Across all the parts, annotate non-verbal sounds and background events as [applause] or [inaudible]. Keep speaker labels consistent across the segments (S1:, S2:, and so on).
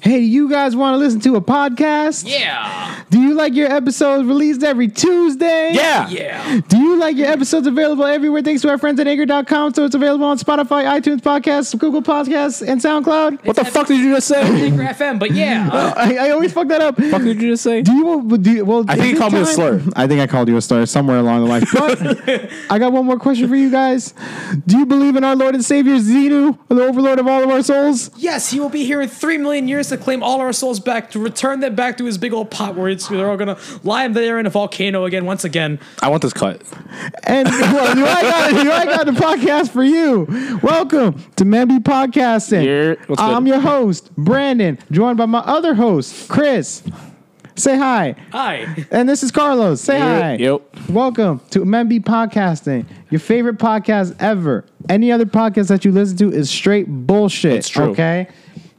S1: Hey, do you guys want to listen to a podcast?
S2: Yeah.
S1: Do you like your episodes released every Tuesday?
S3: Yeah.
S2: Yeah.
S1: Do you like your episodes available everywhere? Thanks to our friends at anchor.com. So it's available on Spotify, iTunes Podcasts, Google Podcasts, and SoundCloud.
S3: What the fuck did you just say?
S2: Anchor FM, but yeah.
S1: I, I always fuck that up.
S3: fuck did you just say?
S1: Do you, do you- well,
S3: I think
S1: is
S3: you
S1: it
S3: called me a
S1: time?
S3: slur.
S1: I think I called you a slur somewhere along
S3: [laughs]
S1: the line. But I got one more question for you guys. Do you believe in our Lord and Savior Zenu, the overlord of all of our souls?
S2: [laughs] yes, he will be here in three million years to claim all our souls back, to return them back to his big old pot where it's, they're all gonna lie there in a volcano again, once again.
S3: I want this cut.
S1: And well, here I got here I got the podcast for you. Welcome to Men Be Podcasting.
S3: Yeah, what's good?
S1: I'm your host, Brandon, joined by my other host, Chris. Say hi.
S2: Hi.
S1: And this is Carlos. Say hi.
S3: Yep.
S1: Welcome to Men Be Podcasting, your favorite podcast ever. Any other podcast that you listen to is straight bullshit.
S3: It's true.
S1: Okay,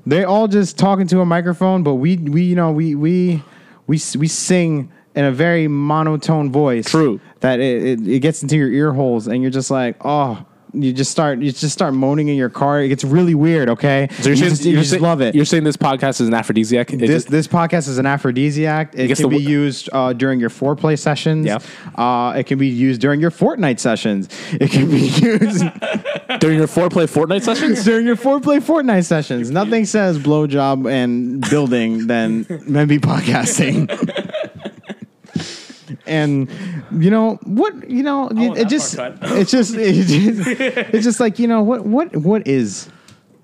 S1: they're all just talking to a microphone, but we we you know we we we s- we sing in a very monotone voice.
S3: True.
S1: That it, it, it gets into your ear holes, and you're just like, oh. You just start, you just start moaning in your car. It gets really weird, okay?
S3: So you're
S1: you
S3: saying-
S1: just, you
S3: you're
S1: just
S3: saying-
S1: love it
S3: You're saying this podcast is an aphrodisiac? It
S1: this
S3: just-
S1: this podcast is an aphrodisiac. It
S3: guess
S1: can
S3: the-
S1: be used uh, during your foreplay sessions.
S3: Yeah.
S1: Uh, it can be used during your Fortnite sessions. It can be [laughs] used
S3: during your foreplay Fortnite [laughs] sessions?
S1: during your foreplay Fortnite sessions. Nothing says blowjob and building than [laughs] men be podcasting. [laughs] And you know what? You know
S2: want
S1: it
S2: that
S1: just,
S2: part cut.
S1: it's just it's
S3: [laughs]
S1: just it's just like you know what what what is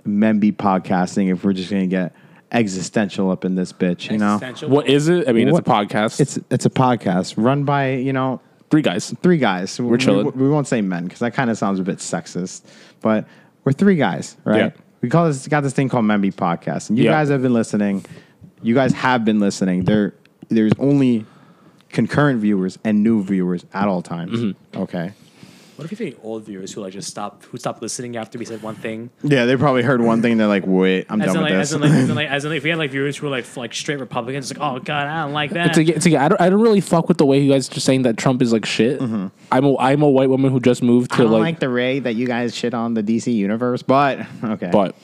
S1: men be podcasting if we're just gonna get existential up in this
S2: [laughs]
S1: bitch? You know,
S2: Essential.
S3: What is it? I mean,
S1: What-
S3: it's a podcast.
S1: it's it's a podcast run by you know
S3: three guys.
S1: three guys. We're
S3: chilling.
S1: We, won't say men because that kind of sounds a bit sexist, but we're three guys, right?
S3: Yeah.
S1: We call this got this thing called Memby Podcast, and you
S3: Yeah.
S1: guys have been listening. You guys have been listening. There, there's only concurrent viewers and new viewers at all times.
S3: Mm-hmm.
S1: Okay.
S2: What if you think old viewers who like just stop who stopped listening after we said one thing?
S1: Yeah, they probably heard one thing. They're like, "Wait, I'm
S2: As
S1: done
S2: in,
S1: with
S2: like,
S1: this."
S2: as in, like, as in, like, as in, like, if we had like viewers who were like, f- like straight Republicans, it's like, oh god, I don't like that.
S3: It's like, it's like, I, don't, I don't really fuck with the way you guys are saying that Trump is like shit. I'm, a, I'm a white woman who just moved
S1: I
S3: [laughs] to
S1: don't like,
S3: Mm-hmm. like,
S1: the ray that you guys shit on the DC universe, but okay.
S3: But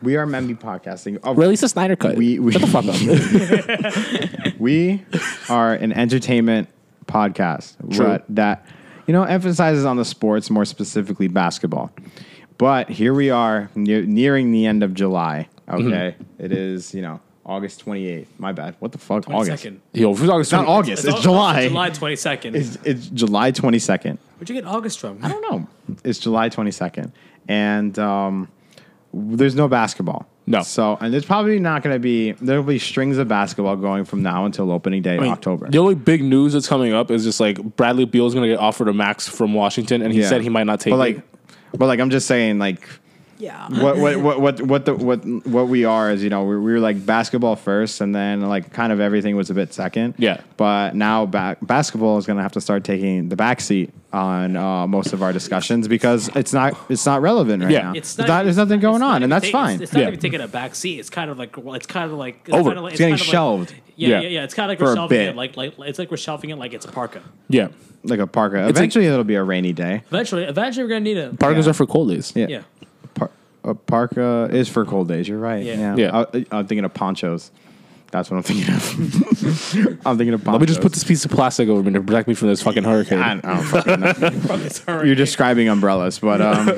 S1: we are Memby podcasting. Oh,
S3: release the Snyder cut.
S1: We- we-
S3: Shut the [laughs] fuck up.
S1: We are an entertainment podcast
S3: True.
S1: but that you know emphasizes on the sports more specifically basketball. But here we are near, nearing the end of July. Okay, It is you know August twenty eighth. My bad. What the fuck? August. It's
S2: Second.
S3: Yo, if it's August
S1: not
S3: 20
S1: August. It's, July.
S2: July twenty second.
S1: It's, it's July twenty second.
S2: Where'd you get August from?
S1: I don't know. It's July 22nd, and um, there's no basketball.
S3: No.
S1: So, and there's probably not going to be, there'll be strings of basketball going from now until opening day,
S3: I mean,
S1: October.
S3: The only big news that's coming up is just like Bradley Beal is going to get offered a max from Washington, and he
S1: Yeah.
S3: said he might not take
S1: But like,
S3: it.
S1: but like, I'm just saying, like,
S2: Yeah.
S1: what what what what what the, what what we are is you know we, we were like basketball first and then like kind of everything was a bit second
S3: Yeah.
S1: but now ba- basketball is going to have to start taking the back seat on uh, most of our discussions because it's not it's not relevant right
S3: Yeah.
S1: now
S2: It's
S1: There's not- there's nothing
S2: it's
S1: going
S2: not
S1: on
S2: even
S1: and that's
S2: ta-
S1: fine
S2: It's, it's not
S3: Yeah.
S2: even taking a back seat. It's kind of like it's kind of like it's
S3: Over.
S2: Kind of like,
S1: It's getting
S2: kind of
S1: shelved.
S2: Like, yeah, yeah,
S3: Yeah.
S2: yeah, It's kind of like
S1: For a
S2: we're shelving
S1: bit.
S2: it like, like it's like we're shelving it like it's a parka.
S3: yeah.
S1: like a parka
S3: like-
S1: eventually it'll be a rainy day
S2: Eventually, eventually we're gonna need it.
S3: Parkers
S1: Yeah.
S3: are for cold days.
S1: yeah,
S2: Yeah. [laughs]
S1: Par- a parka is for cold days you're right yeah,
S2: Yeah.
S3: Yeah.
S1: I, am thinking of ponchos that's what I'm thinking of I'm thinking of [laughs] ponchos
S3: Let me just put this piece of plastic over me to protect me from this fucking hurricane.
S1: I don't, I don't fucking know.
S2: It's all right.
S1: [laughs] you're describing umbrellas, but [laughs] um,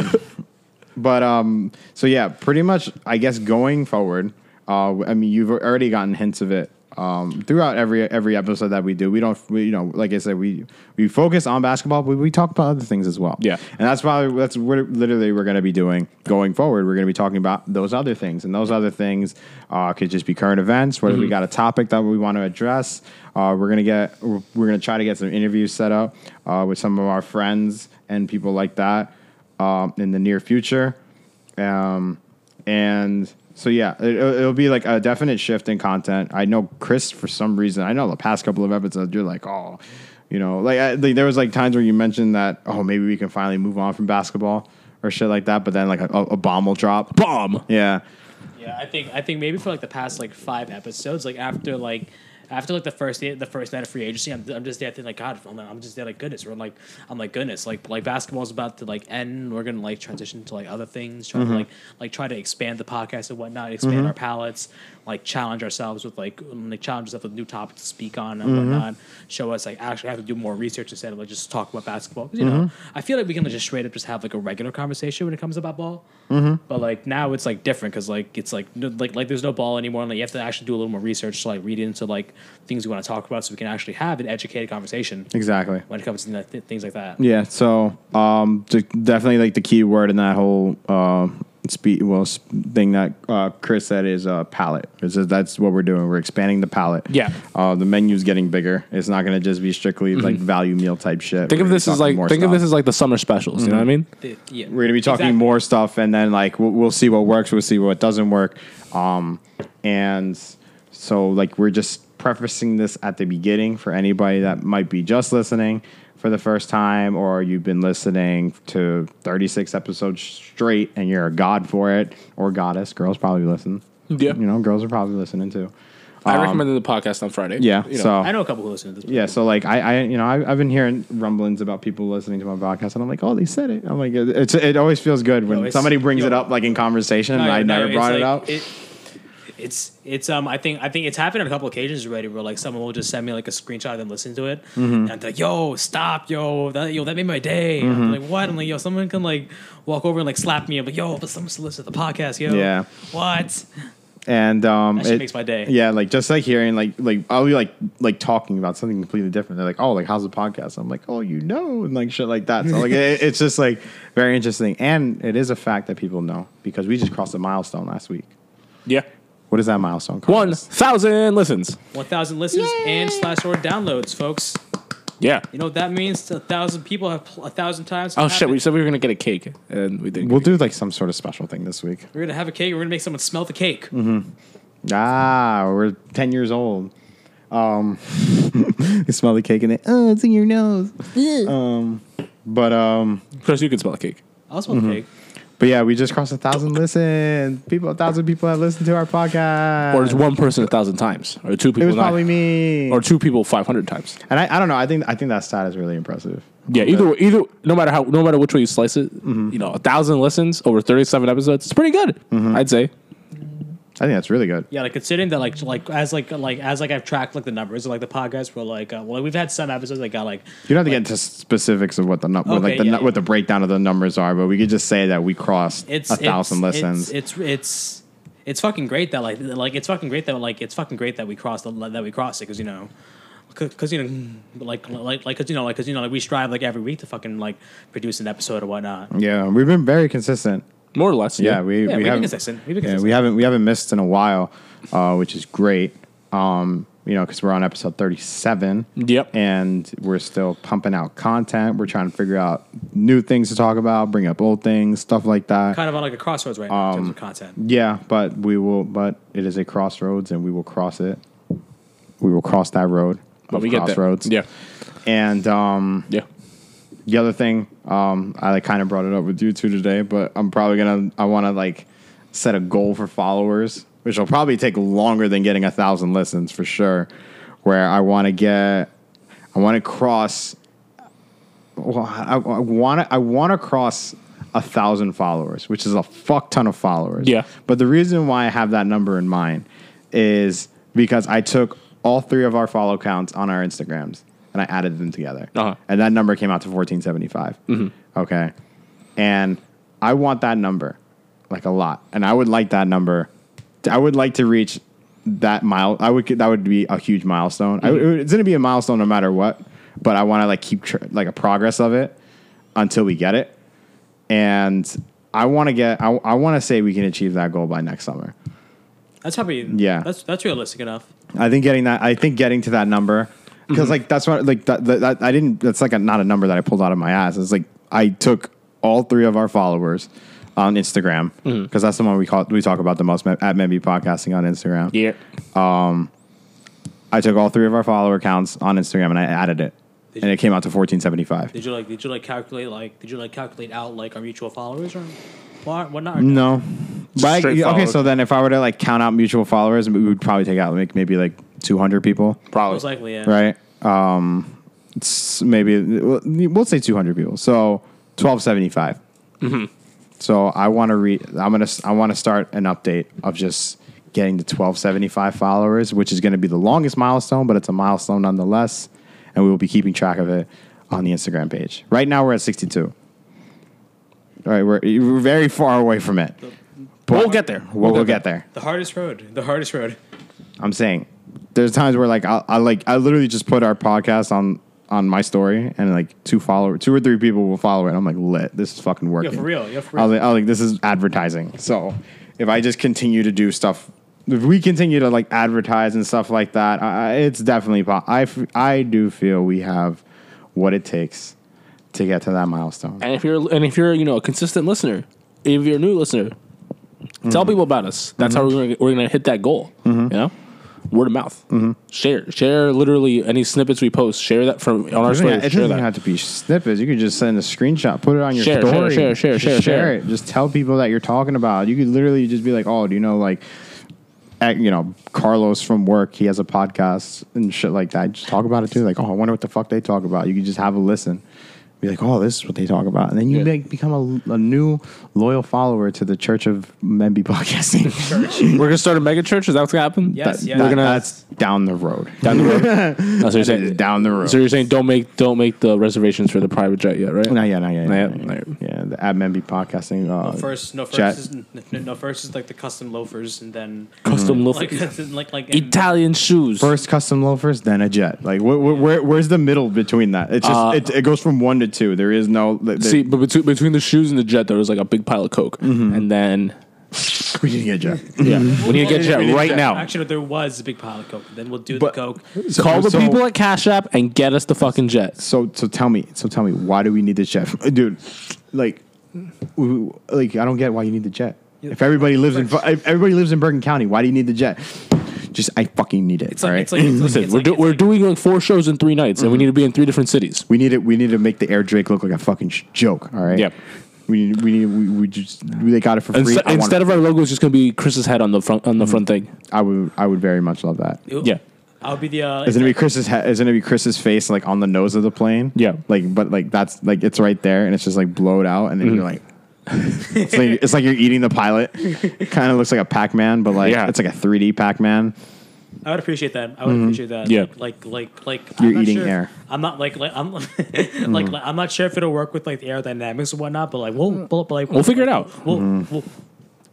S1: but um, so yeah, pretty much. I guess going forward, uh, I mean, you've already gotten hints of it um, throughout every every episode that we do. We don't, we, you know, like I said, we we focus on basketball, but we talk about other things as well.
S3: Yeah.
S1: and that's why that's what literally we're going to be doing going forward. We're going to be talking about those other things, and those other things uh, could just be current events. Whether we got a topic that we want to address, uh, we're gonna get we're gonna try to get some interviews set up uh, with some of our friends and people like that um, in the near future, um, and So yeah, it, it'll be like a definite shift in content. I know Chris for some reason. I know the past couple of episodes, you're like, oh, you know, like, I, like there was like times where you mentioned that, oh, maybe we can finally move on from basketball or shit like that. But then like a, a bomb will drop.
S3: Bomb.
S1: Yeah,
S4: Yeah, I think I think maybe for like the past like five episodes, like after like after like the first day, the first night of free agency, I'm, I'm just there thinking like God, I'm, I'm just there like goodness, we're like I'm like goodness, like like basketball's about to like end, we're gonna like transition to like other things, try to like like try to expand the podcast and whatnot, expand our palettes, like challenge ourselves with like um, like challenge ourselves with new topics to speak on and whatnot, show us like actually have to do more research instead of like just talk about basketball. 'Cause, You know, I feel like we can just straight up just have like a regular conversation when it comes about ball. But like now it's like different because like it's like no, like like there's no ball anymore. And, like you have to actually do a little more research to like read into like things we want to talk about so we can actually have an educated conversation
S1: exactly.
S4: when it comes to th- things like that.
S1: Yeah, so um, d- definitely like the key word in that whole uh, spe- well s thing that uh, Chris said is uh, palette. It's just- that's what we're doing. We're expanding the palette.
S3: Yeah. Mm-hmm.
S1: uh, the menu's getting bigger. It's not going to just be strictly like value meal type shit.
S3: Think
S1: We're
S3: of
S1: gonna
S3: this
S1: be
S3: as
S1: talking
S3: like
S1: more
S3: think of
S1: stuff.
S3: this as like the summer specials. You know what I mean?
S4: Th- yeah.
S1: we're going to be talking
S4: Exactly.
S1: more stuff, and then like we'll, we'll see what works. We'll see what doesn't work. Um, and so like we're just prefacing this at the beginning for anybody that might be just listening for the first time or you've been listening to 36 episodes straight and you're a god for it or goddess girls probably listen
S3: Yeah.
S1: you know girls are probably listening too Um,
S3: I recommended the podcast on Friday.
S1: yeah
S3: You know.
S1: so
S4: I know a couple who listen to this.
S1: yeah, so like I, I you know, I, I've been hearing rumblings about people listening to my podcast, and I'm like, oh, they said it. I'm like, it- it's, it always feels good when
S4: it's-
S1: somebody brings
S4: yo.
S1: it up like in conversation, and
S4: No,
S1: I
S4: no,
S1: never
S4: it's
S1: brought it
S4: like-
S1: up.
S4: it's it's um I think I think it's happened on a couple occasions already where like someone will just send me like a screenshot of them listening to it
S1: Mm-hmm.
S4: and I'm like yo stop yo that yo that made my day And
S1: Mm-hmm.
S4: I'm like what I'm like yo someone can like walk over and like slap me I'm like yo but someone's listening to the podcast yo
S1: Yeah.
S4: what
S1: and um,
S4: That shit
S1: it-
S4: makes my day.
S1: Yeah, like just like hearing like like I'll be like like talking about something completely different. They're like, oh, like how's the podcast? I'm like, oh, you know, and like shit like that. So like
S4: [laughs]
S1: it, it's just like very interesting, and it is a fact that people know because we just crossed a milestone last week.
S3: yeah.
S1: What is that milestone? called?
S3: One thousand listens.
S4: 1,000 listens and slash or downloads folks
S3: Yeah.
S4: you know what that means a thousand people have pl- a thousand times
S3: Oh shit! We
S4: happened.
S3: said we were gonna get a cake, and we didn't.
S1: We'll do like some sort of special thing this week.
S4: we're gonna have a cake we're gonna make someone smell the cake
S1: Mm-hmm. Ah, we're 10 years old. Um, [laughs] you smell the cake and it, oh, it's in your nose. Um, but, um,
S3: Chris, you can smell a cake.
S4: I'll smell
S1: Mm-hmm.
S4: the cake
S1: but yeah, we just crossed a thousand listens. People, a thousand people have listened to our podcast.
S3: Or it's one person a thousand times, or two
S1: it
S3: people,
S1: was
S3: nine-
S1: probably me.
S3: or two people five hundred times.
S1: and I, I don't know. I think, I think that stat is really impressive.
S3: Yeah, either way, either no matter how no matter which way you slice it, you know, a thousand listens over thirty seven episodes, it's pretty good. I'd say.
S1: I think that's really good.
S4: Yeah, like considering that, like, like as like like as like I've tracked like the numbers of like the podcast, where like uh, well, like, we've had some episodes that got like
S1: You don't have to get into specifics of what the number, like
S4: Okay,
S1: the,
S4: yeah,
S1: nu-
S4: yeah.
S1: what the breakdown of the numbers are, but we could just say that we crossed
S4: it's
S1: a thousand
S4: it's,
S1: listens.
S4: It's, it's it's it's fucking great that like like it's fucking great that like it's fucking great that we crossed the that we crossed it because you know. Cause you know, like, like, like, cause you know, like, cause you know, like, we strive like every week to fucking like produce an episode or whatnot.
S1: yeah, we've been very consistent.
S3: More or less.
S1: Yeah, we, we
S4: Yeah, we've been
S1: haven't
S4: consistent. We've been
S1: yeah,
S3: [laughs]
S4: consistent.
S1: we haven't we haven't missed in a while, uh, which is great. Um, you know, because we're on episode thirty-seven.
S3: Yep.
S1: and we're still pumping out content. We're trying to figure out new things to talk about, bring up old things, stuff like that.
S4: Kind of on like a crossroads right now in
S3: Um,
S4: terms of content.
S1: yeah, but we will. But it is a crossroads, and we will cross it. We will cross that road.
S3: But
S1: of
S3: Oh, we get there.
S1: crossroads.
S3: Yeah.
S1: and um,
S3: Yeah.
S1: the other thing um, i like kind of brought it up with you two today but i'm probably gonna i want to like set a goal for followers which will probably take longer than getting a thousand listens for sure where i want to get i want to cross well, i want to i want to cross a thousand followers which is a fuck ton of followers
S3: Yeah.
S1: but the reason why i have that number in mind is because i took all three of our follow counts on our instagrams and i added them together
S3: Uh-huh.
S1: and that number came out to 1475 okay and i want that number like a lot and i would like that number i would like to reach that mile i would that would be a huge milestone I, it's going to be a milestone no matter what but i want to like keep tr- like a progress of it until we get it and i want to get i, I want to say we can achieve that goal by next summer
S4: That's probably
S1: Yeah.
S4: That's that's realistic enough.
S1: I think getting that. I think getting to that number because
S3: Mm-hmm.
S1: like that's what like that, that, that- I didn't. That's like a, not a number that I pulled out of my ass. It's like I took all three of our followers on Instagram because
S3: Mm-hmm.
S1: that's the one we call we talk about the most at Memby Podcasting on Instagram.
S3: Yeah.
S1: I took all three of our follower accounts on Instagram and I added it, and it came out to fourteen seventy five.
S4: Did you like? Did you like calculate? Like, did you like calculate out like our mutual followers or what? What not?
S1: No, but
S3: straight
S1: okay.
S3: followed.
S1: So then, if I were to like count out mutual followers, we would probably take out like maybe like two hundred people,
S3: Probably.
S4: Most likely, yeah.
S1: right? Um, it's maybe we'll we'll say two hundred people. So twelve So I want to read. I'm gonna. I want to start an update of just getting to twelve seventy five followers, which is going to be the longest milestone, but it's a milestone nonetheless, and we will be keeping track of it on the Instagram page. Right now, we're at sixty two. All right, we're, we're very far away from it.
S3: But we'll get there.
S1: We'll, we'll get there.
S4: The hardest road. The hardest road. [laughs]
S1: I'm saying there's times where like I, I like I literally just put our podcast on on my story and like two follower two or three people will follow it. I'm like lit. This is fucking working.
S4: for real, yo, for
S1: I was
S4: real.
S1: like, I was like this is advertising. So if I just continue to do stuff, if we continue to like advertise and stuff like that, I, I- it's definitely. po- I f- I do feel we have what it takes to get to that milestone.
S3: And if you're and if you're you know a consistent listener, if you're a new listener, tell
S1: Mm-hmm.
S3: people about us. That's how we're gonna, we're gonna hit that goal. You know, word of mouth.
S1: Mm-hmm.
S3: Share share literally any snippets we post. Share that from on our
S1: It doesn't,
S3: story.
S1: it doesn't
S3: Share
S1: even
S3: that.
S1: have to be snippets. You could just send a screenshot, put it on your
S3: Share, share,
S1: story,
S3: share, share,
S1: Just
S3: share, share.
S1: it. Just tell people that you're talking about. You could literally just be like, "Oh, do you know like, at, you know, Carlos from work? He has a podcast and shit like that. Just talk about it too. Like, oh, I wonder what the fuck they talk about. You could just have a listen. Be like, oh, this is what they talk about, and then you
S3: Yeah.
S1: make, become a, a new loyal follower to the Church of Memby [laughs] Podcasting.
S3: We're gonna start a mega church. Is that what's gonna happen?
S4: Yes,
S1: That-
S4: yes.
S1: that-
S4: We're gonna-
S1: that's down the road.
S3: Down the
S1: [laughs]
S3: road. That's what you're
S1: That is
S3: saying.
S1: down the road.
S3: So you're saying don't make don't make the reservations for the private jet yet, right?
S1: Not yet, not yet.
S3: Not
S1: Not
S3: yet,
S1: yet,
S3: not yet.
S1: Yeah, the at Memby podcasting. Uh,
S4: No first, no
S1: chat.
S4: first, is, n- n- no first is like the custom loafers, and then
S3: Custom loaf-
S4: like [laughs] like like and-
S3: Italian shoes.
S1: Mm-hmm. First custom loafers, then a jet. Like, wh- wh- where, where's the middle between that? It's just it, it goes from one to two. There is no. th- th-
S3: See, but between between the shoes and the jet, there was like a big pile of coke,
S1: Mm-hmm.
S3: and then
S1: we didn't get jet. [laughs]
S3: yeah, we need to get jet
S1: We need
S3: right
S1: jet.
S3: now.
S4: Actually, there was a big pile of coke. Then we'll do
S1: But-
S4: the
S3: [laughs]
S4: coke.
S1: So-
S3: Call the
S1: so-
S3: people at Cash App and get us the fucking jet.
S1: So so tell me, so tell me, why do we need the jet, [laughs] dude? Like, w- like I don't get why you need the jet. If everybody lives in fu- if everybody lives in Bergen County, why do you need the jet? Just I fucking need it.
S4: It's like,
S1: all right?
S4: it's like it's
S1: [laughs]
S4: like-
S3: Listen,
S4: it's
S3: we're
S4: like-
S3: do,
S4: it's
S3: we're
S4: like-
S3: doing like four shows in three nights,
S1: Mm-hmm.
S3: and we need to be in three different cities.
S1: We need it. We need to make the air Drake look like a fucking sh- joke. All right.
S3: Yep.
S1: We we need we, we just they got it for free.
S3: Instead,
S1: I Mm-hmm. wanna-
S3: instead of our logo is just going to be Chris's head on the front on the front thing.
S1: I would I would very much love that.
S4: Ew.
S3: Yeah.
S4: I'll be the. Uh,
S1: It's gonna be Chris's head. It's gonna be Chris's face like on the nose of the plane.
S3: Yeah.
S1: Like but like that's like it's right there and it's just like blowed out and
S3: Mm-hmm.
S1: then you're like. [laughs] it's, like, it's like you're eating the pilot. kind of looks like a Pac-Man, but like
S3: Yeah.
S1: it's like a 3D Pac-Man.
S4: I would appreciate that. I would appreciate that.
S3: Yeah.
S4: Like, like, like, like
S1: Mm-hmm. You're
S4: I'm not
S1: eating
S4: sure if-
S1: air. Mm-hmm.
S4: I'm not like, like I'm [laughs] like, like, I'm not sure if it'll work with like the aerodynamics and whatnot, but like, we'll, we'll but, like,
S3: We'll figure it out.
S4: We'll,
S1: Mm-hmm.
S4: we'll,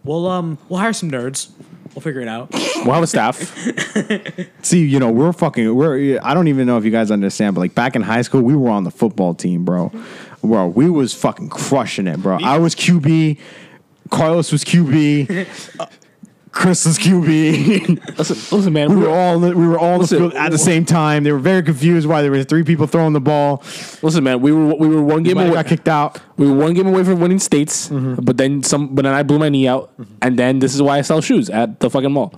S4: we'll, um, we'll hire some nerds. We'll figure
S1: [laughs]
S4: it out.
S3: We'll have a [laughs] staff.
S1: See, you know, we're fucking. We're. I don't even know if you guys understand, but like back in high school, we were on the football team, bro. Bro, we was fucking crushing it, bro. I was QB. Carlos was
S3: [laughs]
S1: QB. uh, Chris was QB.
S3: listen, listen, man.
S1: We
S3: We
S1: were
S3: were,
S1: all we were all on the
S3: Listen,
S1: field at the same time. They were very confused why there were three people throwing the ball.
S3: listen, man. We were we were one game
S1: Somebody
S3: away.
S1: got kicked out.
S3: We were one game away from winning states,
S1: Mm-hmm.
S3: but then some. But then I blew my knee out, and then this is why I sell shoes at the
S1: [laughs]
S3: fucking mall.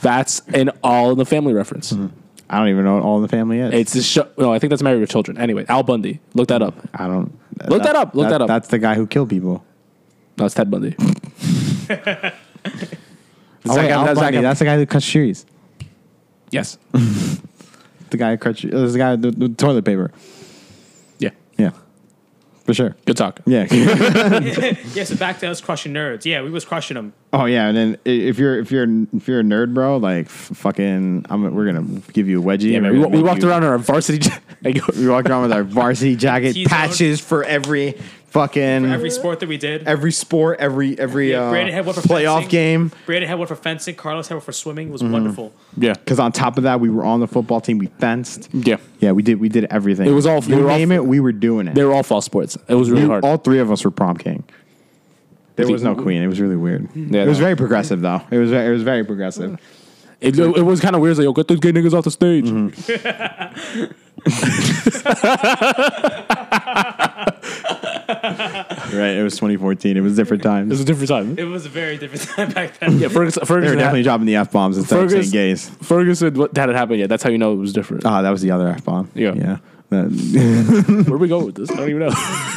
S3: That's an all in the family reference.
S1: Mm-hmm. I don't even know what all in the family is.
S3: It's a show. No, I think that's Married with Children. Anyway, Al Bundy. Look that up.
S1: I don't
S3: Look that up, look that up.
S1: That's the guy who killed people.
S3: No, it's Ted Bundy.
S1: [laughs] Oh, wait, Al Bundy, that's the guy who cut shoes.
S3: yes.
S1: The guy who cut shoes. That's the guy with the, the toilet paper.
S3: Yeah.
S1: Yeah, for sure.
S3: Good talk.
S1: Yeah. [laughs]
S4: yeah. So back to us crushing nerds. Yeah, we was crushing them.
S1: oh yeah. And then i- if you're if you're if you're a nerd, bro, like f- fucking, I'm we're gonna give you a wedgie.
S3: Yeah,
S1: and
S3: man.
S1: we're
S3: We,
S1: gonna
S3: we
S1: make
S3: walked
S1: you-
S3: around in our varsity. [laughs] like,
S1: [laughs] We walked around with our varsity
S3: [laughs]
S1: jacket
S4: T-zone.
S1: patches for every fucking
S4: Every sport that we did.
S1: every sport, every every
S4: Yeah,
S1: uh,
S4: Brandon had one for
S1: playoff
S4: fencing.
S1: game. Mm-hmm.
S4: Brandon had one for fencing. Carlos had one for swimming. It was wonderful.
S3: yeah.
S1: Because on top of that, we were on the football team. We fenced.
S3: Yeah.
S1: Yeah, we did. We did everything.
S3: Mm. It was all- they
S1: You
S3: were all-
S1: name it, we were doing it.
S3: They were all false sports. It was really
S1: You-
S3: hard.
S1: all three of us were prom king. There
S3: If you-
S1: was no queen. It was really weird.
S3: Yeah,
S1: it was
S3: no.
S1: very progressive, though. It was very, it was very progressive.
S3: it, it was kind of weird. It's like, yo, get those gay niggas off the stage.
S1: right, it was 2014. It was different
S3: It's
S1: times.
S3: a different time.
S4: It was a very different [laughs] time back then.
S3: Yeah, Ferguson.
S1: They were
S3: Ferguson,
S1: definitely
S3: had,
S1: dropping the f bombs instead of saying
S3: Fergus-
S1: gays.
S3: Ferguson what, that had happened yet. That's how you know it was different.
S1: Ah, that was the other f bomb.
S3: Yeah.
S1: yeah. That- [laughs]
S3: Where we going with this? I don't even know.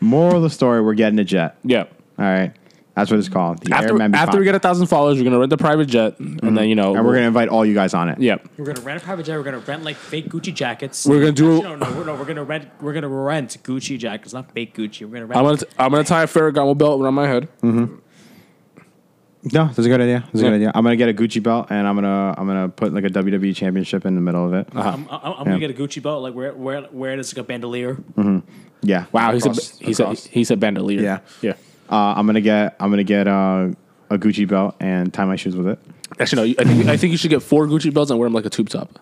S1: moral of the story: We're getting a jet.
S3: [laughs] yeah.
S1: All right, that's what it's called. The
S3: After,
S1: Airmen Be
S3: after we
S1: Fine.
S3: get a thousand followers, we're gonna rent the private jet, and then you know,
S1: and we're gonna invite all you guys on it.
S3: yeah,
S4: We're gonna rent a private jet. We're gonna rent like fake Gucci jackets.
S3: We're gonna do-
S4: Actually, no, no, we're, no, we're gonna rent. We're gonna rent Gucci jackets, not fake Gucci. We're gonna rent.
S3: I'm gonna t- I'm gonna tie a Ferragamo belt around my head.
S1: No, that's a good idea. That's a
S3: Yeah.
S1: good idea. I'm gonna get a Gucci belt and I'm gonna I'm gonna put like a WWE championship in the middle of it.
S3: Uh-huh.
S4: I'm, I'm, I'm gonna
S1: Yeah.
S4: get a Gucci belt. Like wear wear wear it as like a bandolier.
S1: Yeah.
S3: Wow, he
S1: Across-
S3: said he said
S1: across.
S3: he said bandolier.
S1: Yeah.
S3: yeah.
S1: Uh, I'm gonna get I'm gonna get uh, a Gucci belt and tie my shoes with it.
S3: Actually, no. you- I think, I think you should get four Gucci belts and wear them like a tube top.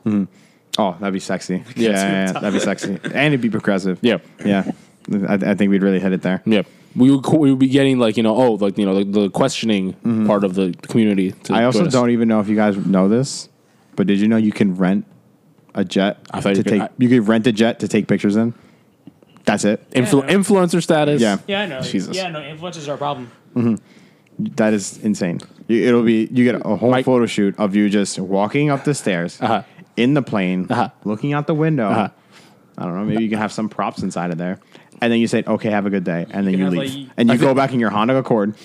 S1: Oh, that'd be
S3: [laughs]
S1: sexy.
S3: Yeah.
S1: Yeah, yeah, yeah, that'd be sexy, and it'd be progressive.
S3: Yeah.
S1: yeah. I, I think we'd really hit it there.
S3: Yeah, we would co- we would be getting like you know oh like you know like the questioning part of the community. To
S1: Mm-hmm. I also
S3: join us.
S1: don't even know if you guys know this, but did you know you can rent a jet
S3: I
S1: to
S3: thought you could-
S1: take?
S3: I-
S1: you could rent a jet to take pictures in. That's it.
S4: Yeah,
S3: Influ-
S4: I know.
S3: influencer status.
S1: Yeah.
S4: Yeah, I know.
S3: Jesus.
S4: Yeah, no, influencers are a problem.
S1: That is insane. You, it'll be you get a whole
S3: Mike-
S1: photo shoot of you just walking up the stairs
S3: Uh-huh.
S1: in the plane,
S3: Uh-huh.
S1: looking out the window.
S3: Uh-huh.
S1: I don't know. Maybe you can have some props inside of there, and then you say, "Okay, have a good day," and then
S4: can
S1: you
S4: have,
S1: leave,
S4: like-
S1: and you
S3: I
S1: go
S3: think-
S1: back in your Honda Accord,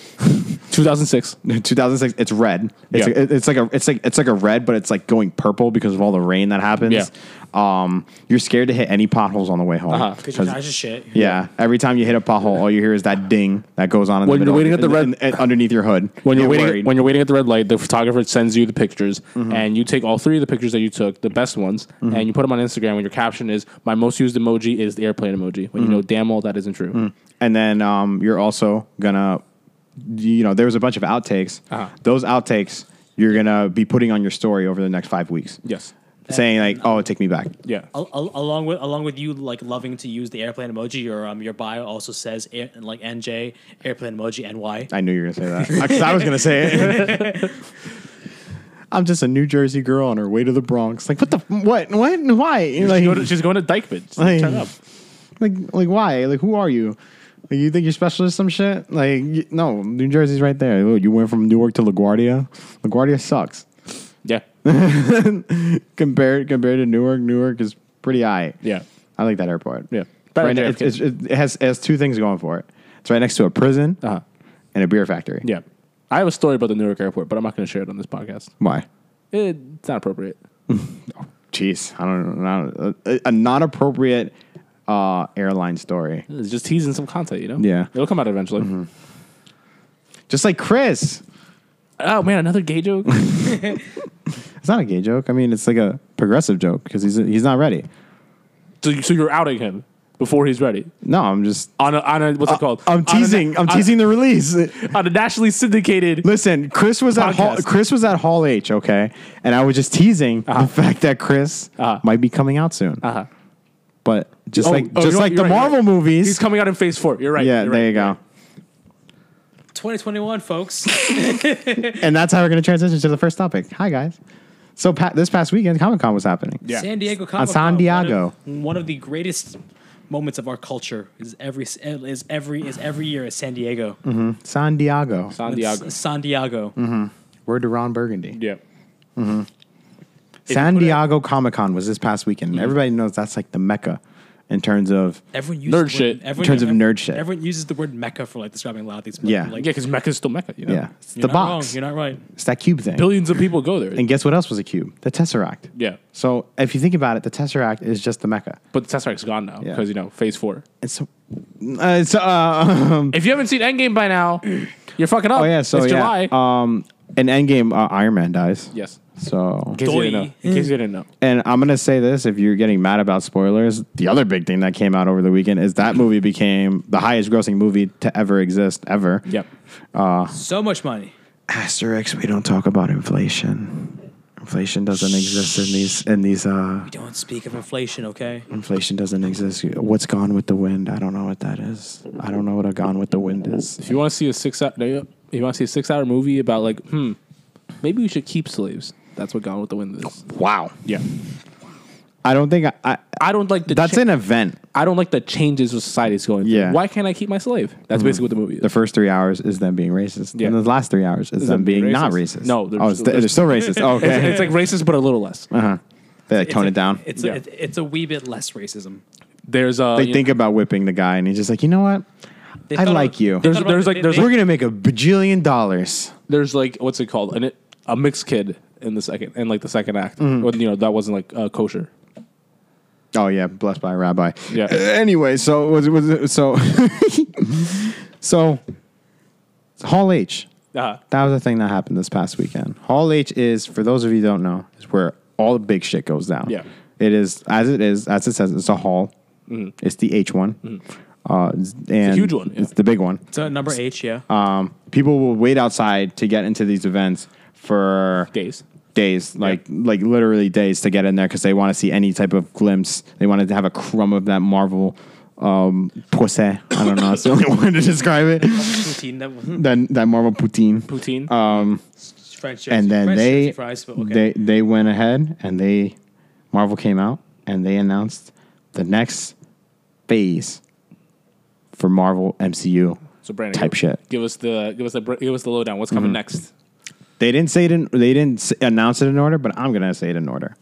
S3: 2006.
S1: 2006. It's red. It's,
S3: Yeah.
S1: like, it's like a it's like it's like a red, but it's like going purple because of all the rain that happens.
S3: Yeah.
S1: Um, you're scared to hit any potholes on the way home.
S3: Uh-huh.
S4: Because
S1: 'Cause-
S4: you're nice as shit.
S1: yeah, every time you hit a pothole, all you hear is that ding that goes on in
S3: When
S1: the
S3: you're
S1: middle-
S3: waiting at the
S1: in-
S3: red-
S1: in- in- underneath your hood.
S3: When you're waiting,
S1: worried. Mm-hmm.
S3: when you're waiting at the red light, the photographer sends you the pictures, and you take all three of the pictures that you took, the best ones, and you put them on Instagram. And your caption is, "My most used emoji is the airplane emoji."
S1: Mm-hmm.
S3: When you know damn well that isn't true.
S1: and then um, you're also gonna you know there was a bunch of outtakes
S3: Uh-huh.
S1: those outtakes you're gonna be putting on your story over the next five weeks
S3: Yes.
S1: saying like oh take me back
S3: Yeah.
S4: Al- al- along with along with you like loving to use the airplane emoji, your um your bio also says air, like NJ airplane emoji NY.
S1: i knew you were gonna [laughs] say that because i was gonna say it [laughs] i'm just a new jersey girl on her way to the bronx like what the what what why like,
S3: she's, going to, she's going to Dykeman. Just
S1: Like-
S3: Turn up.
S1: [laughs] like like why like who are you like you think you're special or some shit like y- no new jersey's right there Oh, you went from newark to laguardia laguardia sucks
S3: Yeah.
S1: compared compared to Newark, Newark is pretty high.
S3: Yeah.
S1: I like that airport.
S3: Yeah. Better
S1: right
S3: than
S1: now, it's,
S3: JFK.
S1: it's, it has it has two things going for it. It's right next to a prison
S3: Uh-huh.
S1: and a beer factory.
S3: Yeah. I have a story about the Newark airport, but I'm not going to share it on this podcast.
S1: Why?
S3: It, it's not appropriate.
S1: Jeez, I don't know. A, a non appropriate uh, airline story.
S3: It's just teasing some content, you know?
S1: Yeah. Mm-hmm.
S3: It'll come out eventually.
S1: Just like Chris.
S3: Oh, man, another gay
S1: [laughs]
S3: joke?
S1: It's not a gay joke. I mean, it's like a progressive joke because he's he's not ready.
S3: so, you- so you're outing him before he's ready.
S1: No, I'm just.
S3: On a, on a what's it called?
S1: Uh, I'm
S3: On a na-
S1: teasing. I'm
S3: on-
S1: teasing the release.
S3: On a nationally syndicated.
S1: Listen, Chris was at Hall,
S3: Podcast.
S1: Chris was at Hall H, okay, and I was just teasing the fact that Chris
S3: Uh-huh.
S1: might be coming out soon.
S3: Uh-huh.
S1: But just
S3: Oh,
S1: like
S3: oh,
S1: just
S3: you're
S1: like
S3: right,
S1: the
S3: you're right, you're
S1: Marvel
S3: right.
S1: movies,
S3: He's coming out in phase four. You're right.
S1: yeah,
S3: you're
S1: there you
S3: right.
S1: go.
S4: 2021, folks.
S1: And that's how we're gonna transition to the first topic. Hi guys. So pa- this past weekend, Comic Con was happening.
S3: Yeah.
S4: San Diego Comic Con.
S1: On San Diego.
S4: One of, the greatest moments of our culture is every is every is every year at San Diego.
S1: San Diego.
S3: San
S4: It's
S3: Diego.
S4: San Diego.
S1: Mm-hmm. Word to Ron Burgundy.
S3: Yeah.
S1: San
S4: put it- Mm-hmm.
S1: Diego Comic Con was this past weekend. Everybody knows that's like the mecca in terms of
S4: Everyone uses
S3: Nerd
S4: the word-
S3: shit. In
S4: Everyone,
S1: terms of nerd shit.
S4: Everyone uses the word mecca for like describing a lot of these.
S1: Yeah.
S4: Like,
S3: Yeah, because Mecca's still Mecca, you know?
S1: yeah, it's
S4: you're
S1: the
S4: not
S1: box.
S4: Wrong. You're not right.
S1: it's that cube thing.
S3: Billions of people go there.
S1: and guess what else was a cube? The Tesseract.
S3: Yeah.
S1: So if you think about it, the Tesseract is just the mecca.
S3: But the Tesseract's gone now
S1: Yeah.
S3: because, you know, phase four.
S1: And so, uh, it's, uh,
S3: If you haven't seen Endgame by now, you're fucking up.
S1: oh yeah, so
S3: it's
S1: yeah,
S3: July.
S1: um, in Endgame, uh, Iron Man dies.
S3: yes.
S1: So,
S3: In case, you
S4: Doi.
S3: didn't know. in case you didn't know.
S1: and I'm gonna say this: if you're getting mad about spoilers, the other big thing that came out over the weekend is that movie became the highest-grossing movie to ever exist ever.
S3: Yep.
S4: So much money.
S1: Asterix, we don't talk about inflation. Inflation doesn't exist in these. In these, uh,
S4: Don't speak of inflation, okay?
S1: inflation doesn't exist. What's Gone with the Wind? I don't know what that is. I don't know what a Gone with the Wind is.
S3: If you want to see a six hour, no, you- if you want to see a six hour movie about like, hmm, maybe we should keep slaves. That's what Gone with the Wind is.
S1: Wow.
S3: Yeah,
S1: I don't think I, I
S3: I don't like the
S1: that's
S3: cha-
S1: an event.
S3: I don't like the changes of society's going through.
S1: Yeah. Mm-hmm.
S3: Why can't I keep my slave? That's basically what the movie is.
S1: The first three hours is them being racist,
S3: Yeah.
S1: and the last three hours is them
S3: them
S1: being
S3: being
S1: not
S3: racist.
S1: racist.
S3: No,
S1: they're,
S3: they're
S1: oh,
S3: still-
S1: it's- they're
S3: [laughs]
S1: still racist. Oh, okay,
S3: it's, it's like racist, but a little less.
S1: uh-huh. They like, tone
S4: It's
S1: it down.
S4: A, it's,
S3: Yeah.
S4: a, it- it's a wee bit less racism.
S3: There's uh,
S1: they
S3: you
S1: think about whipping the guy, and he's just like, you know what?
S4: They
S1: I
S4: thought
S1: like
S4: about-
S1: you.
S4: they
S3: There's-
S4: thought about-
S3: there's like-
S4: they-
S3: there's
S4: they-
S1: We're gonna make a bajillion dollars.
S3: there's like what's it called an, a mixed kid in the second in like the second act
S1: Mm-hmm.
S3: when you know that wasn't like uh, kosher
S1: Oh yeah, blessed by a rabbi. Uh,
S3: Yeah.
S1: anyway, so was was it- so [laughs] so Hall H.
S3: uh,
S1: That was a thing that happened this past weekend. Hall H is, for those of you who don't know, is where all the big shit goes down.
S3: Yeah.
S1: It is, as it is, as it says, it's a hall.
S3: Mm-hmm.
S1: It's the H1. Uh, it's- and it's
S3: huge one, yeah.
S1: It's the big one.
S4: It's a number H, yeah.
S1: Um, people will wait outside to get into these events for
S3: days
S1: days, like like literally days to get in there because they want to see any type of glimpse. They wanted to have a crumb of that Marvel um, pussy. I don't know. That's the only [laughs] way to describe it.
S4: Poutine, that hmm, wasn't
S1: That, that Marvel poutine.
S3: poutine
S1: Uh,
S4: French
S1: and then
S4: French
S1: they
S4: jersey fries, but okay.
S1: they they went ahead and they Marvel came out and they announced the next phase for Marvel MCU.
S3: so Brandon
S1: type
S3: give,
S1: shit. Mm-hmm.
S3: give us the give us the br- give us the lowdown what's coming next
S1: They didn't say it in they didn't s- announce it in order, but I'm gonna say it in order.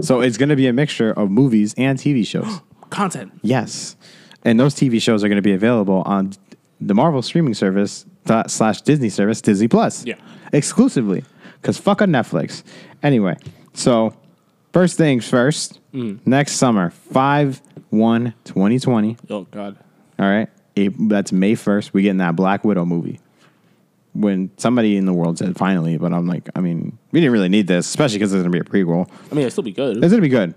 S1: So it's gonna be a mixture of movies and TV shows.
S3: content
S1: yes, and those TV shows are gonna be available on the Marvel streaming service dot slash Disney service Disney Plus.
S3: Yeah.
S1: exclusively because fuck on Netflix. Anyway, so first things first. Next summer, five one 2020.
S3: oh god
S1: All right. April, that's May 1st. We get in that Black Widow movie. When somebody in the world said finally, but I'm like, I mean, we didn't really need this, especially because it's going to be a prequel.
S3: I mean it'll still be good
S1: It's going to be good.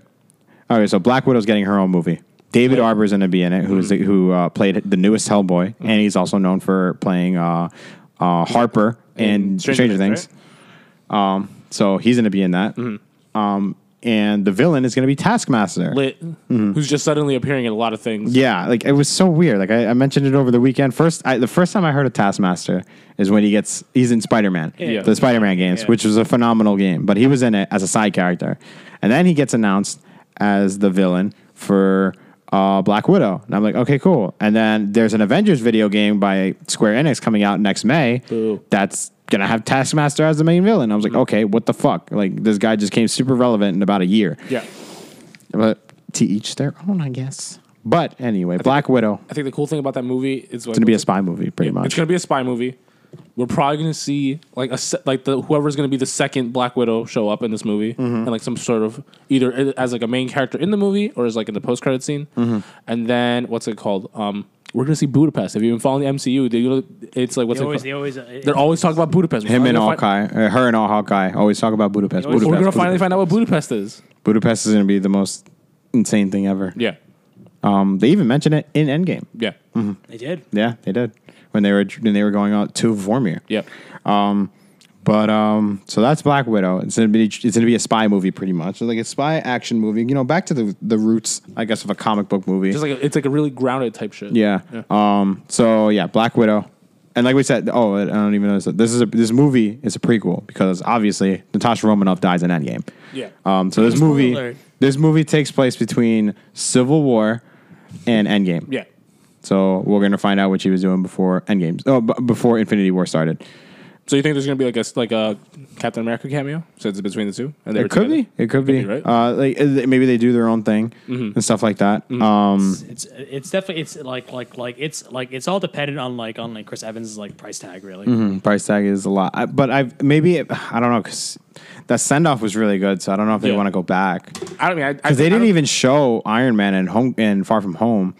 S1: All right. So Black Widow's getting her own movie. David Arbor's going to be in it, who's the, who uh, played the newest Hellboy, and he's also known for playing uh, uh, Harper in
S3: And
S1: Stranger,
S3: Stranger
S1: Things.
S3: Things,
S1: Um, so he's going to be in that. Um, and the villain is going to be Taskmaster.
S3: lit who's just suddenly appearing in a lot of things
S1: Mm-hmm. Yeah, like it was so weird. Like I, I mentioned it over the weekend. First, I, the first time I heard of Taskmaster is when he gets he's in Spider Man,
S3: Yeah.
S1: the Spider Man games,
S4: Yeah.
S1: which was a phenomenal game. But he was in it as a side character, and then he gets announced as the villain for uh, Black Widow, and I'm like, okay, cool. And then there's an Avengers video game by Square Enix coming out next May.
S3: Boo.
S1: That's gonna have Taskmaster as the main villain. I was like, okay, what the fuck? Like this guy just came super relevant in about a year.
S3: yeah
S1: But to each their own, I guess. But anyway, Black Widow.
S3: I think the cool thing about that movie is like,
S1: It's gonna be a spy movie, pretty much.
S3: it's gonna be a spy movie we're probably gonna see like a se- like the whoever's gonna be the second Black Widow show up in this movie
S1: Mm-hmm.
S3: and like some sort of either i- as like a main character in the movie or as like in the post credit scene
S1: Mm-hmm.
S3: and then what's it called um we're gonna see Budapest have you been following the MCU Do you, it's like what's
S4: They
S3: it
S4: always,
S3: called?
S4: they always, uh,
S3: They're always talking about Budapest. We're
S1: Him and
S3: finally gonna
S1: Hawkeye, uh, her and all Hawkeye, always talk about Budapest. Budapest,
S4: always-
S3: find- We're gonna
S1: Budapest.
S3: finally find out what Budapest is.
S1: Budapest is gonna be the most insane thing ever.
S3: Yeah,
S1: Um, they even mentioned it in Endgame.
S3: yeah,
S1: Mm-hmm.
S4: they did.
S1: Yeah, they did when they were when they were going out to Vormir.
S3: yeah.
S1: But um, so that's Black Widow. It's gonna be it's gonna be a spy movie, pretty much. It's like a spy action movie. You know, back to the the roots, I guess, of a comic book movie.
S3: Just like a, it's like a really grounded type shit.
S1: Yeah. Um. So yeah, Black Widow, and like we said, oh, I don't even know this. This is a this movie is a prequel because obviously Natasha Romanoff dies in Endgame.
S3: Yeah.
S1: Um. So this
S4: Spoiler
S1: movie,
S4: alert.
S1: this movie takes place between Civil War and Endgame.
S3: yeah.
S1: So we're gonna find out what she was doing before Endgame. Oh, b- before Infinity War started.
S3: So you think there's gonna be like a s- like a Captain America cameo since it's between the two? And they were
S1: It could
S3: together?
S1: be. It could be.
S3: be, right?
S1: Uh, like uh, maybe they do their own thing and stuff like that. Um.
S4: It's it's definitely it's like like like it's like it's all dependent on like on like Chris Evans' like price tag really.
S1: price tag is a lot. I, but I've maybe it, I don't know because that send off was really good. So I don't know if they
S3: Yeah.
S1: want to go back
S3: I don't mean I, I,
S1: because
S3: I
S1: they
S3: don't-
S1: didn't even show Iron Man and Home and Far From Home.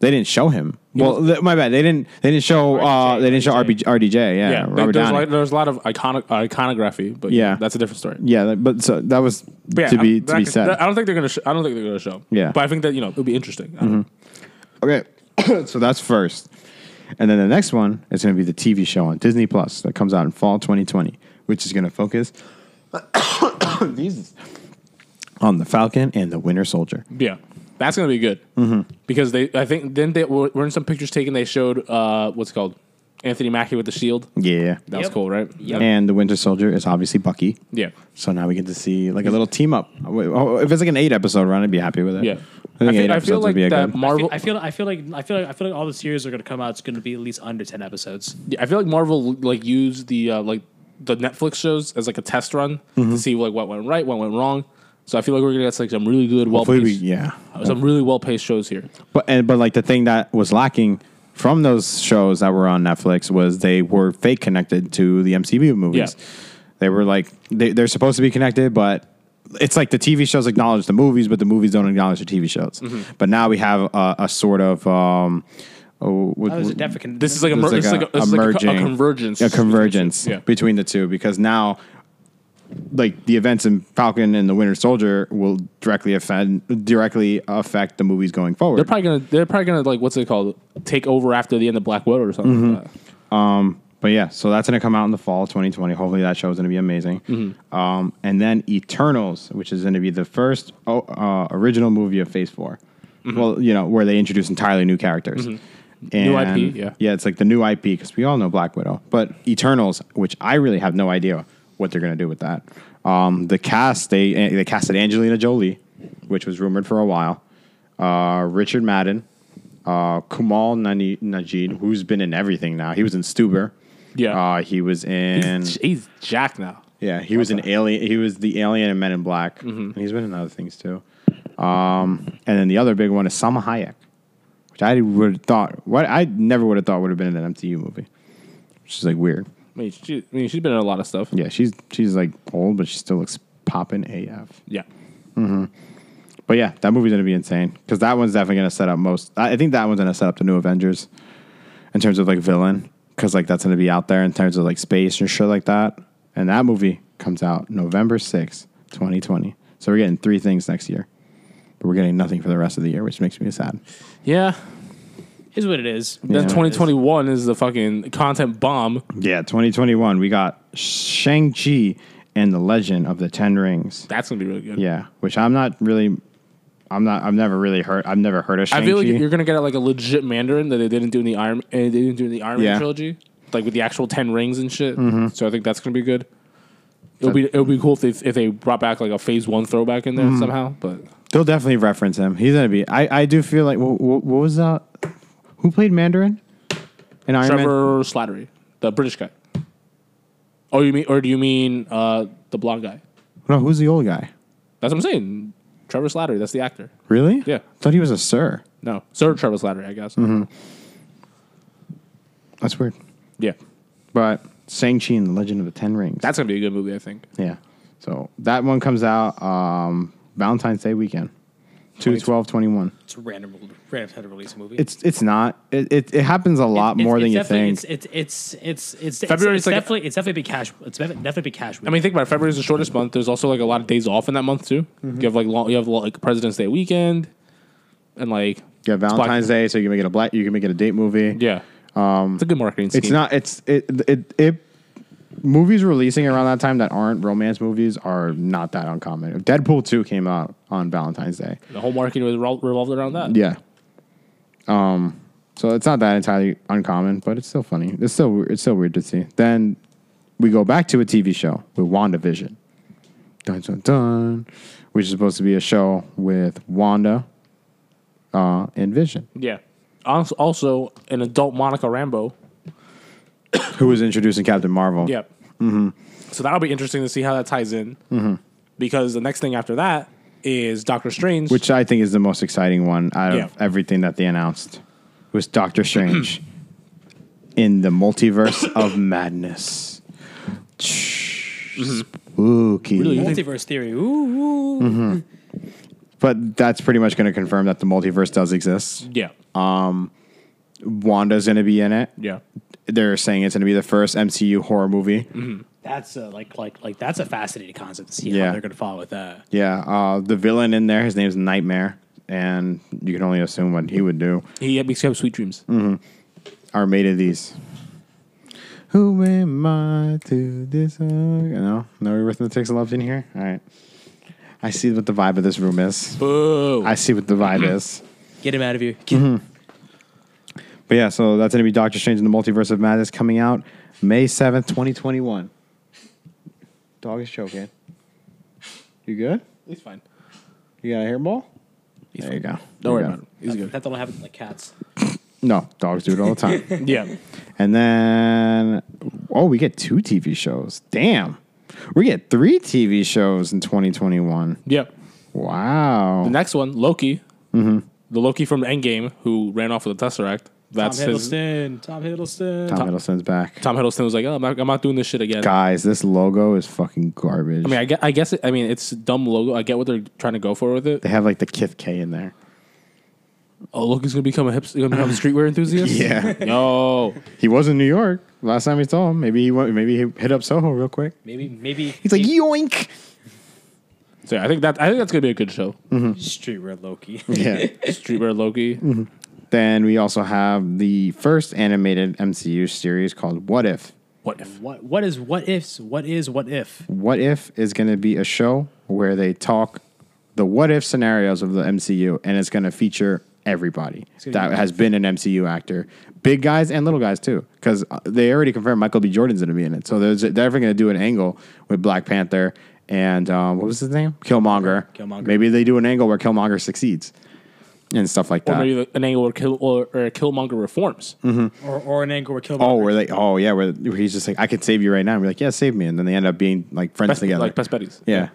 S1: They didn't show him. Well, th- my bad. They didn't. They didn't show. uh, they didn't show RBG, RDJ. Yeah,
S3: Yeah,
S1: Robert
S3: there's,
S1: Downey.
S3: like, there's a lot of iconic iconography, but
S1: Yeah.
S3: yeah, that's a different story.
S1: yeah, that- but so that was
S3: But yeah,
S1: to be
S3: I'm-
S1: to be
S3: that-
S1: said.
S3: I don't think they're gonna. Sh- I don't think they're gonna show.
S1: Yeah. Mm-hmm.
S3: but I think that you know it'll be interesting. I don't-
S1: Okay, [coughs] so that's first, and then the next one is going to be the TV show on Disney Plus that comes out in fall 2020, which is going to focus [coughs] Jesus. on the Falcon and the Winter Soldier.
S3: Yeah, that's
S1: Mm-hmm.
S3: gonna be good because they. I think then they were, were in some pictures taken. They showed uh, what's it called Anthony Mackie with the shield.
S1: Yeah.
S3: That was
S4: Yep.
S3: cool, right?
S4: Yep.
S1: And the Winter Soldier is obviously Bucky.
S3: Yeah.
S1: So now we get to see like a little team up. Oh, If it's like an eight episode run, I'd be happy with it.
S3: Yeah.
S1: I think
S3: I
S1: eight
S3: feel, I
S1: episodes
S3: feel
S1: would
S3: like
S1: be a
S3: that
S1: good.
S4: I feel,
S3: Marvel.
S4: I feel, I feel like, I feel like, I feel like all the series are going to come out. It's going to be at least under ten episodes.
S3: Yeah, I feel like Marvel like used the uh, like the Netflix shows as like a test run to see like what went right, what went wrong. So I feel like we're gonna get like some really good, well
S1: Hopefully we,
S3: paced,
S1: yeah.
S3: some really well paced shows here.
S1: But and but like the thing that was lacking from those shows that were on Netflix was they were fake connected to the MCU movies.
S3: Yeah.
S1: They were like they, they're supposed to be connected, but it's like the TV shows acknowledge the movies, but the movies don't acknowledge the TV shows.
S3: Mm-hmm.
S1: But now we have a, a sort of um, oh, what-
S4: That was a definite.
S3: This is like a, mer-
S1: there's
S3: this is like a, this is like a co- a convergence.
S1: a convergence
S3: Yeah.
S1: between the two because now, like the events in Falcon and the Winter Soldier will directly affect directly affect the movies going forward.
S3: They're probably gonna they're probably gonna like what's it called take over after the end of Black Widow or something. Like that.
S1: But yeah, so that's gonna come out in the fall of 2020. Hopefully, that show is gonna be amazing.
S3: Mm-hmm.
S1: Um, and then Eternals, which is gonna be the first oh, uh, original movie of Phase 4 Well, you know where they introduce entirely new characters. And
S3: Mm-hmm. New IP, yeah.
S1: yeah, it's like the new IP because we all know Black Widow, but Eternals, which I really have no idea what they're gonna do with that. Um, the cast they they casted Angelina Jolie, which was rumored for a while. Uh, Richard Madden, uh, Kumal Nani- Najid, who's been in everything now. He was in Stuber.
S3: Yeah.
S1: Uh, he was in.
S3: he's, he's Jack now.
S1: yeah, he was an alien. He was the alien in Men in Black, and he's been in other things too. Um, and then the other big one is Salma Hayek, which I would have thought. What I never would have thought would have been in an MCU movie. She's like weird.
S3: I mean, she, I mean, she's been in a lot of stuff.
S1: Yeah, she's she's like old, but she still looks poppin' AF.
S3: Yeah.
S1: But yeah, that movie's gonna be insane because that one's definitely gonna set up most. I I think that one's gonna set up the new Avengers in terms of like villain because like that's gonna be out there in terms of like space and shit like that. And that movie comes out November sixth, twenty twenty. So we're getting three things next year, but we're getting nothing for the rest of the year, which makes me sad.
S3: Yeah.
S4: is what it is.
S3: Then
S1: Yeah.
S3: 2021 is the fucking content bomb.
S1: Yeah, twenty twenty one. We got Shang Chi and the Legend of the Ten Rings.
S3: That's gonna be really good.
S1: Yeah, which I'm not really. I'm not. I've never really heard. I've never heard of. Shang-Chi.
S3: I feel like you're gonna get like a legit Mandarin that they didn't do in the Iron eh, they didn't do in the Iron
S1: Yeah. Mm-hmm.
S3: Man trilogy, like with the actual ten rings and shit. So I think that's gonna be good. It'll be it'll be cool if they, if they brought back like a Phase One throwback in there
S1: Mm-hmm.
S3: somehow. But
S1: They'll definitely reference him. He's gonna be. I, I do feel like what, what was that? Who played Mandarin? In Iron Man.
S3: Trevor Slattery, the British guy. Oh, you mean or do you mean uh, the blonde guy?
S1: No, who's the old guy?
S3: That's what I'm saying. Trevor Slattery, that's the actor.
S1: Really?
S3: Yeah.
S1: Thought he was a sir.
S3: No, Sir Trevor Slattery, I guess.
S1: Mm-hmm. That's weird.
S3: Yeah,
S1: But Shang Chi and the Legend of the Ten Rings.
S3: that's gonna be a good movie, I think.
S1: yeah. So that one comes out um, Valentine's Day weekend, 2 12 21.
S4: It's a random, random time to release a movie.
S1: It's it's not. It it, it happens a lot
S4: It's-
S1: more
S4: it's
S1: than you
S4: definitely-
S1: think.
S4: It's it's it's it's, it's
S3: February
S4: February. It's,
S3: is like a-
S4: definitely it's definitely big cash. It's defi- definitely big cash.
S3: I mean, think about it. February is the shortest month. There's also like a lot of days off in that month too.
S1: Mm-hmm.
S3: You have like long, you have like President's Day weekend, and like
S1: yeah,
S3: it's Black-
S1: Valentine's Day. So you can make it a black. You can make it a date movie.
S3: Yeah, it's a good marketing. Scheme.
S1: It's not. It's it it it. Movies releasing around that time that aren't romance movies are not that uncommon. Deadpool two came out on Valentine's Day.
S3: the whole marketing was revol- revolved around that.
S1: Yeah. Um. So it's not that entirely uncommon, but it's still funny. It's still we- it's still weird to see. Then we go back to a TV show with WandaVision. Dun dun dun. Which is supposed to be a show with Wanda uh, and Vision,
S3: yeah. Also, also, an adult Monica Rambo.
S1: who was introducing Captain Marvel.
S3: Yeah. Mm-hmm. So that'll be interesting to see how that ties in, mm-hmm. because the next thing after that is Doctor Strange.
S1: which I think is the most exciting one out
S3: Yeah.
S1: of everything that they announced, was Doctor Strange [clears throat] in the multiverse of madness. Spooky.
S4: multiverse theory. Ooh, ooh.
S1: Mm-hmm. But that's pretty much going to confirm that the multiverse does exist.
S3: yeah,
S1: Wanda's going to be in it.
S3: yeah,
S1: They're saying it's going to be the first MCU horror movie.
S4: that's a, like like like that's a fascinating concept to see
S1: Yeah.
S4: how they're going to follow with that.
S1: Yeah. Uh, the villain in there, his name's Nightmare. And you can only assume what he would do.
S3: he makes you have sweet dreams.
S1: Mm. Are made of these. Who am I to this? No, no arithmetic's left in here. All right. I see what the vibe of this room is.
S3: Boo! Mm-hmm.
S1: I see what the vibe is.
S4: Get him out of here. Get-
S1: But yeah, so that's going to be Doctor Strange in the Multiverse of Madness coming out May 7th, 2021. Dog is choking. You good?
S3: He's fine.
S1: You got a hairball? There you go.
S3: Don't
S1: There
S3: worry
S1: you
S3: about him. He's good.
S4: That don't happen to like cats.
S1: go. No, dogs do it all the time.
S3: Yeah.
S1: and then, oh, we get two TV shows. Damn. We get three TV shows in 2021.
S3: Yep.
S1: Wow.
S3: The next one, Loki.
S1: Mm-hmm.
S3: The Loki from Endgame who ran off with the Tesseract. That's
S4: Tom
S3: his.
S4: Hiddleston. Tom Hiddleston.
S1: Tom Hiddleston's back.
S3: Tom Hiddleston was like, oh, I'm not, I'm not doing this shit again.
S1: Guys, this logo is fucking garbage.
S3: I mean, I guess, I guess it, I mean, it's a dumb logo. I get what they're trying to go for with it.
S1: they have like the Kith K in
S3: [laughs]
S1: there.
S3: Oh, Loki's gonna become a hipster,
S1: [laughs]
S3: gonna become a streetwear enthusiast.
S1: Yeah.
S3: Yo,
S1: He was in New York last time we saw him. Maybe he went. Maybe he hit up Soho real quick.
S4: Maybe maybe
S1: He's like yoink.
S3: [laughs] so yeah, I think that I think that's gonna be a good show.
S1: Mm-hmm.
S4: streetwear Loki.
S1: Yeah.
S3: Streetwear Loki.
S1: Mm-hmm. then we also have the first animated MCU series called What If.
S3: What
S4: [laughs]
S3: if?
S4: what what is what ifs? What is what if?
S1: What If is going to be a show where they talk the what if scenarios of the MCU, and it's going to feature everybody
S4: gonna
S1: that
S4: be-
S1: has been an MCU actor, big guys and little guys too, because they already confirmed Michael B. Jordan's going to be in it. So there's, they're definitely going to do an angle with Black Panther and um, what was his name, Killmonger.
S4: Killmonger.
S1: Maybe they do an angle where Killmonger succeeds and stuff like
S3: Or
S1: that.
S3: maybe the- an angle where kill or, or Killmonger reforms.
S1: Mm-hmm.
S4: Or or an angle where Killmonger.
S1: Oh, where they? Oh, yeah, where, where he's just like, I could save you right now. And we're like, yeah, save me, and then they end up being like friends
S3: Best,
S1: together.
S3: like best buddies.
S1: yeah,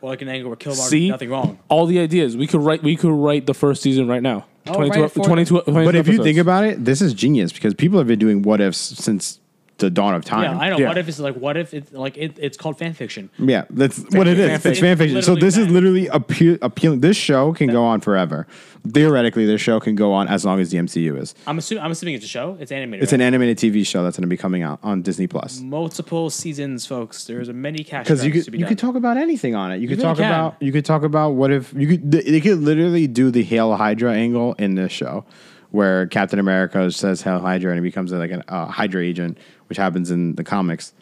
S4: or like an angle where Killmonger.
S3: See,
S4: did nothing wrong.
S3: All the ideas we could write. We could write the first season right now.
S4: Oh,
S3: 22,
S4: write it for
S3: 22 22
S1: But if you
S3: episodes.
S1: think about it, this is genius because people have been doing what ifs since the dawn of time.
S4: Yeah, I know.
S3: yeah.
S4: What if it's like what if it's like it, it's called fan fiction.
S1: Yeah, that's what it is.
S3: Fan
S1: It's
S3: fiction.
S1: fan fiction. So
S4: Literally
S1: this is
S4: fan.
S1: literally appeal, appealing. This show can go on forever. Theoretically, this show can go on as long as the MCU is.
S4: I'm assuming I'm assuming it's a show. It's animated.
S1: It's an animated TV show that's going to be coming out on Disney Plus.
S4: multiple seasons, folks. There's a many cash
S1: Because
S4: grabs
S1: you
S4: to
S1: could
S4: be
S1: you
S4: done.
S1: could talk about anything on it. You could
S4: really
S1: talk
S4: can.
S1: about you could talk about what if you could th- they could literally do the Hail Hydra angle in this show, where Captain America says Hail Hydra and he becomes like a uh, Hydra agent, which happens in the comics,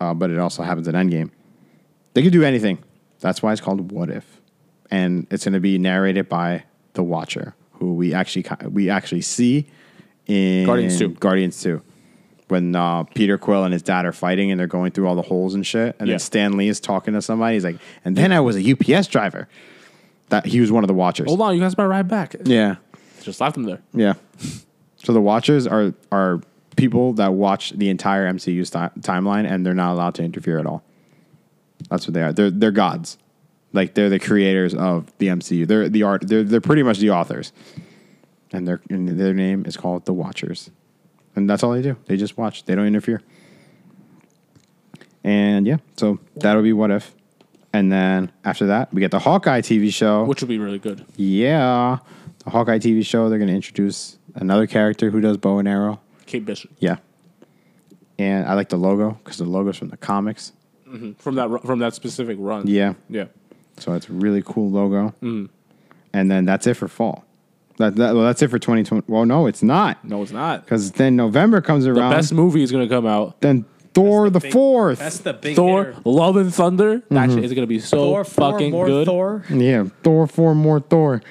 S1: uh, but it also happens in Endgame. They could do anything. That's why it's called What If, and it's going to be narrated by the Watcher, who we actually ki- we actually see in
S3: Guardians 2.
S1: Guardians Two, when uh, Peter Quill and his dad are fighting and they're going through all the holes and shit, and
S3: Yeah.
S1: then Stan Lee is talking to somebody. He's like, "And then I was a UPS driver." That he was one of the Watchers.
S3: hold on, you guys might ride back.
S1: Yeah,
S3: Just left them there.
S1: yeah. So the Watchers are are people that watch the entire MCU sti- timeline, and they're not allowed to interfere at all. That's what they are. They're they're gods. Like they're the creators of the MCU. They're the art. They're they're pretty much the authors, and their and their name is called the Watchers, and that's all they do. They just watch. They don't interfere. And yeah, so that'll be what if, and then after that we get the Hawkeye TV show,
S3: Which would be really good.
S1: yeah. The Hawkeye TV show, they're going to introduce another character who does bow and arrow.
S3: Kate Bishop
S1: Yeah. And I like the logo because the logo's from the comics.
S3: from that ru- from that specific run.
S1: Yeah.
S3: yeah.
S1: So it's a really cool logo. And then that's it for fall. That, that, well, that's it for 2020. Well, no, it's not.
S3: No, it's not.
S1: Because then November comes
S3: The
S1: around.
S3: best movie is gonna come out.
S1: then Thor the,
S4: Big-
S1: Fourth.
S4: That's the big
S3: Thor,
S4: hitter.
S3: Love and Thunder. That
S1: Mm-hmm.
S3: shit is gonna be so
S4: Thor, four
S3: fucking
S4: more
S3: good.
S4: Thor.
S1: yeah. Thor 4 more Thor.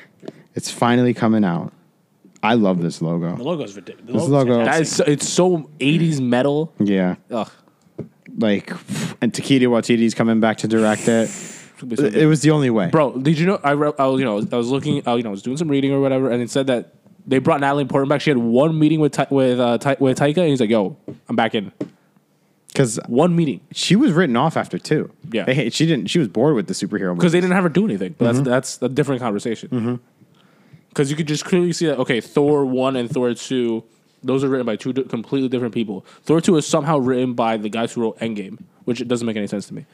S1: It's finally coming out. I love this
S4: The
S1: logo.
S4: logo's ridiculous. The
S1: This
S4: logo's
S1: logo-
S4: fantastic.
S3: That is so, it's so 80s metal.
S1: Yeah.
S3: Ugh.
S1: Like, and Takeda Watiti's coming back to direct it.
S3: It's gonna be so
S1: it
S3: good.
S1: was the only way.
S3: Bro, did you know? I, re- I was, you know, I was looking, I, you know, I was doing some reading or whatever, and it said that they brought Natalie Portman back. She had one meeting with Ty- with uh, Ty- with Taika, and he's like, "Yo, I'm back in."
S1: Because
S3: One meeting
S1: she was written off after two.
S3: Yeah.
S1: They- she didn't. She was bored with the superhero.
S3: because
S1: Because
S3: they didn't have her do anything. But that's that's a different conversation. Because you could just clearly see that. Okay, Thor one and Thor two, those are written by two di- completely different people. Thor two is somehow written by the guys who wrote Endgame, which it doesn't make any sense to me.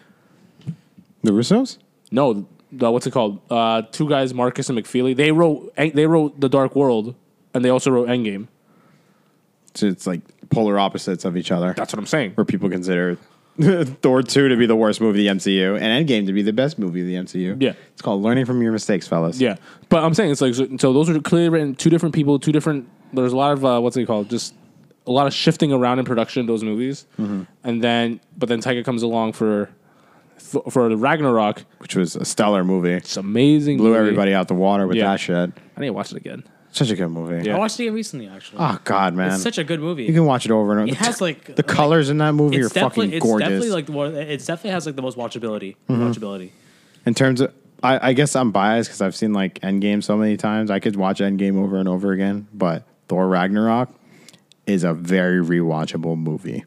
S1: the Russos.
S3: No, the, what's it called? Uh, two guys, Marcus and McFeely. They wrote they wrote The Dark World, and they also wrote Endgame.
S1: So it's like polar opposites of each other.
S3: That's what I'm saying.
S1: where people consider [laughs] Thor two to be the worst movie of the MCU and Endgame to be the best movie of the MCU.
S3: Yeah.
S1: It's called learning from your mistakes, fellas.
S3: Yeah, but I'm saying it's like so, so Those are clearly written two different people, two different. There's a lot of uh, what's it called? Just a lot of shifting around in production of those movies,
S1: Mm-hmm.
S3: and then but then Taika comes along for for Ragnarok.
S1: Which was a stellar movie.
S3: It's amazing.
S1: Blew
S3: movie.
S1: everybody out the water with
S3: Yeah.
S1: that shit.
S3: I need to watch it again.
S1: Such a good movie.
S4: I watched it again recently, actually.
S1: Oh God, man.
S4: it's such a good movie.
S1: you can watch it over and over.
S4: It has, like-
S1: the
S4: like-
S1: colors in that movie are
S4: it's definitely,
S1: fucking
S4: it's
S1: gorgeous. Mm-hmm.
S4: definitely like the one. It definitely has like the most watchability. Watchability.
S1: in terms of, I, I guess I'm biased because I've seen like Endgame so many times. I could watch Endgame over and over again, but Thor Ragnarok is a very rewatchable movie,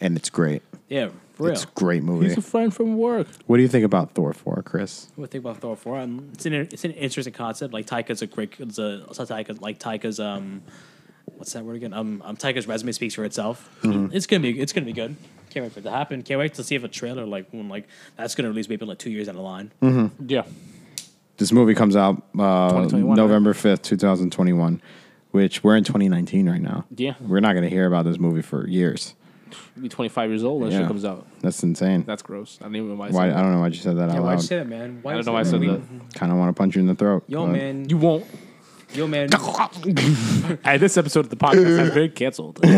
S1: and it's great.
S4: Yeah, for real.
S1: It's a great movie.
S3: He's a friend from work.
S1: what do you think about Thor Four, Chris?
S4: What do you think about Thor Four? Um, it's an it's an interesting concept. Like Taika's a great, it's a, it's a Taika, like Taika's um, what's that word again? Um, um Taika's resume speaks for itself. It's gonna be it's gonna be good. Can't wait for it to happen. Can't wait to see if a trailer like when like that's gonna release maybe in, like two years down the line.
S3: Yeah.
S1: This movie comes out uh,
S3: 2021,
S1: November fifth, two thousand twenty-one, which we're in twenty nineteen right now.
S3: Yeah.
S1: we're not going to hear about this movie for years.
S3: He'll be 25 years old when that
S1: Yeah.
S3: shit comes out.
S1: That's insane.
S3: That's gross. I don't even know why.
S1: why
S3: I said
S1: I
S3: that.
S1: don't know why you said that out
S4: why'd you
S1: loud.
S4: say that, man? Why
S3: I
S4: you
S3: don't
S4: say
S3: know why I said
S4: We-
S3: that.
S1: Kind of want to punch you in the throat.
S4: Yo,
S1: but-
S4: man.
S3: You won't.
S4: yo, man.
S3: [laughs] Hey, this episode of the podcast has
S1: [laughs]
S3: been canceled.
S1: I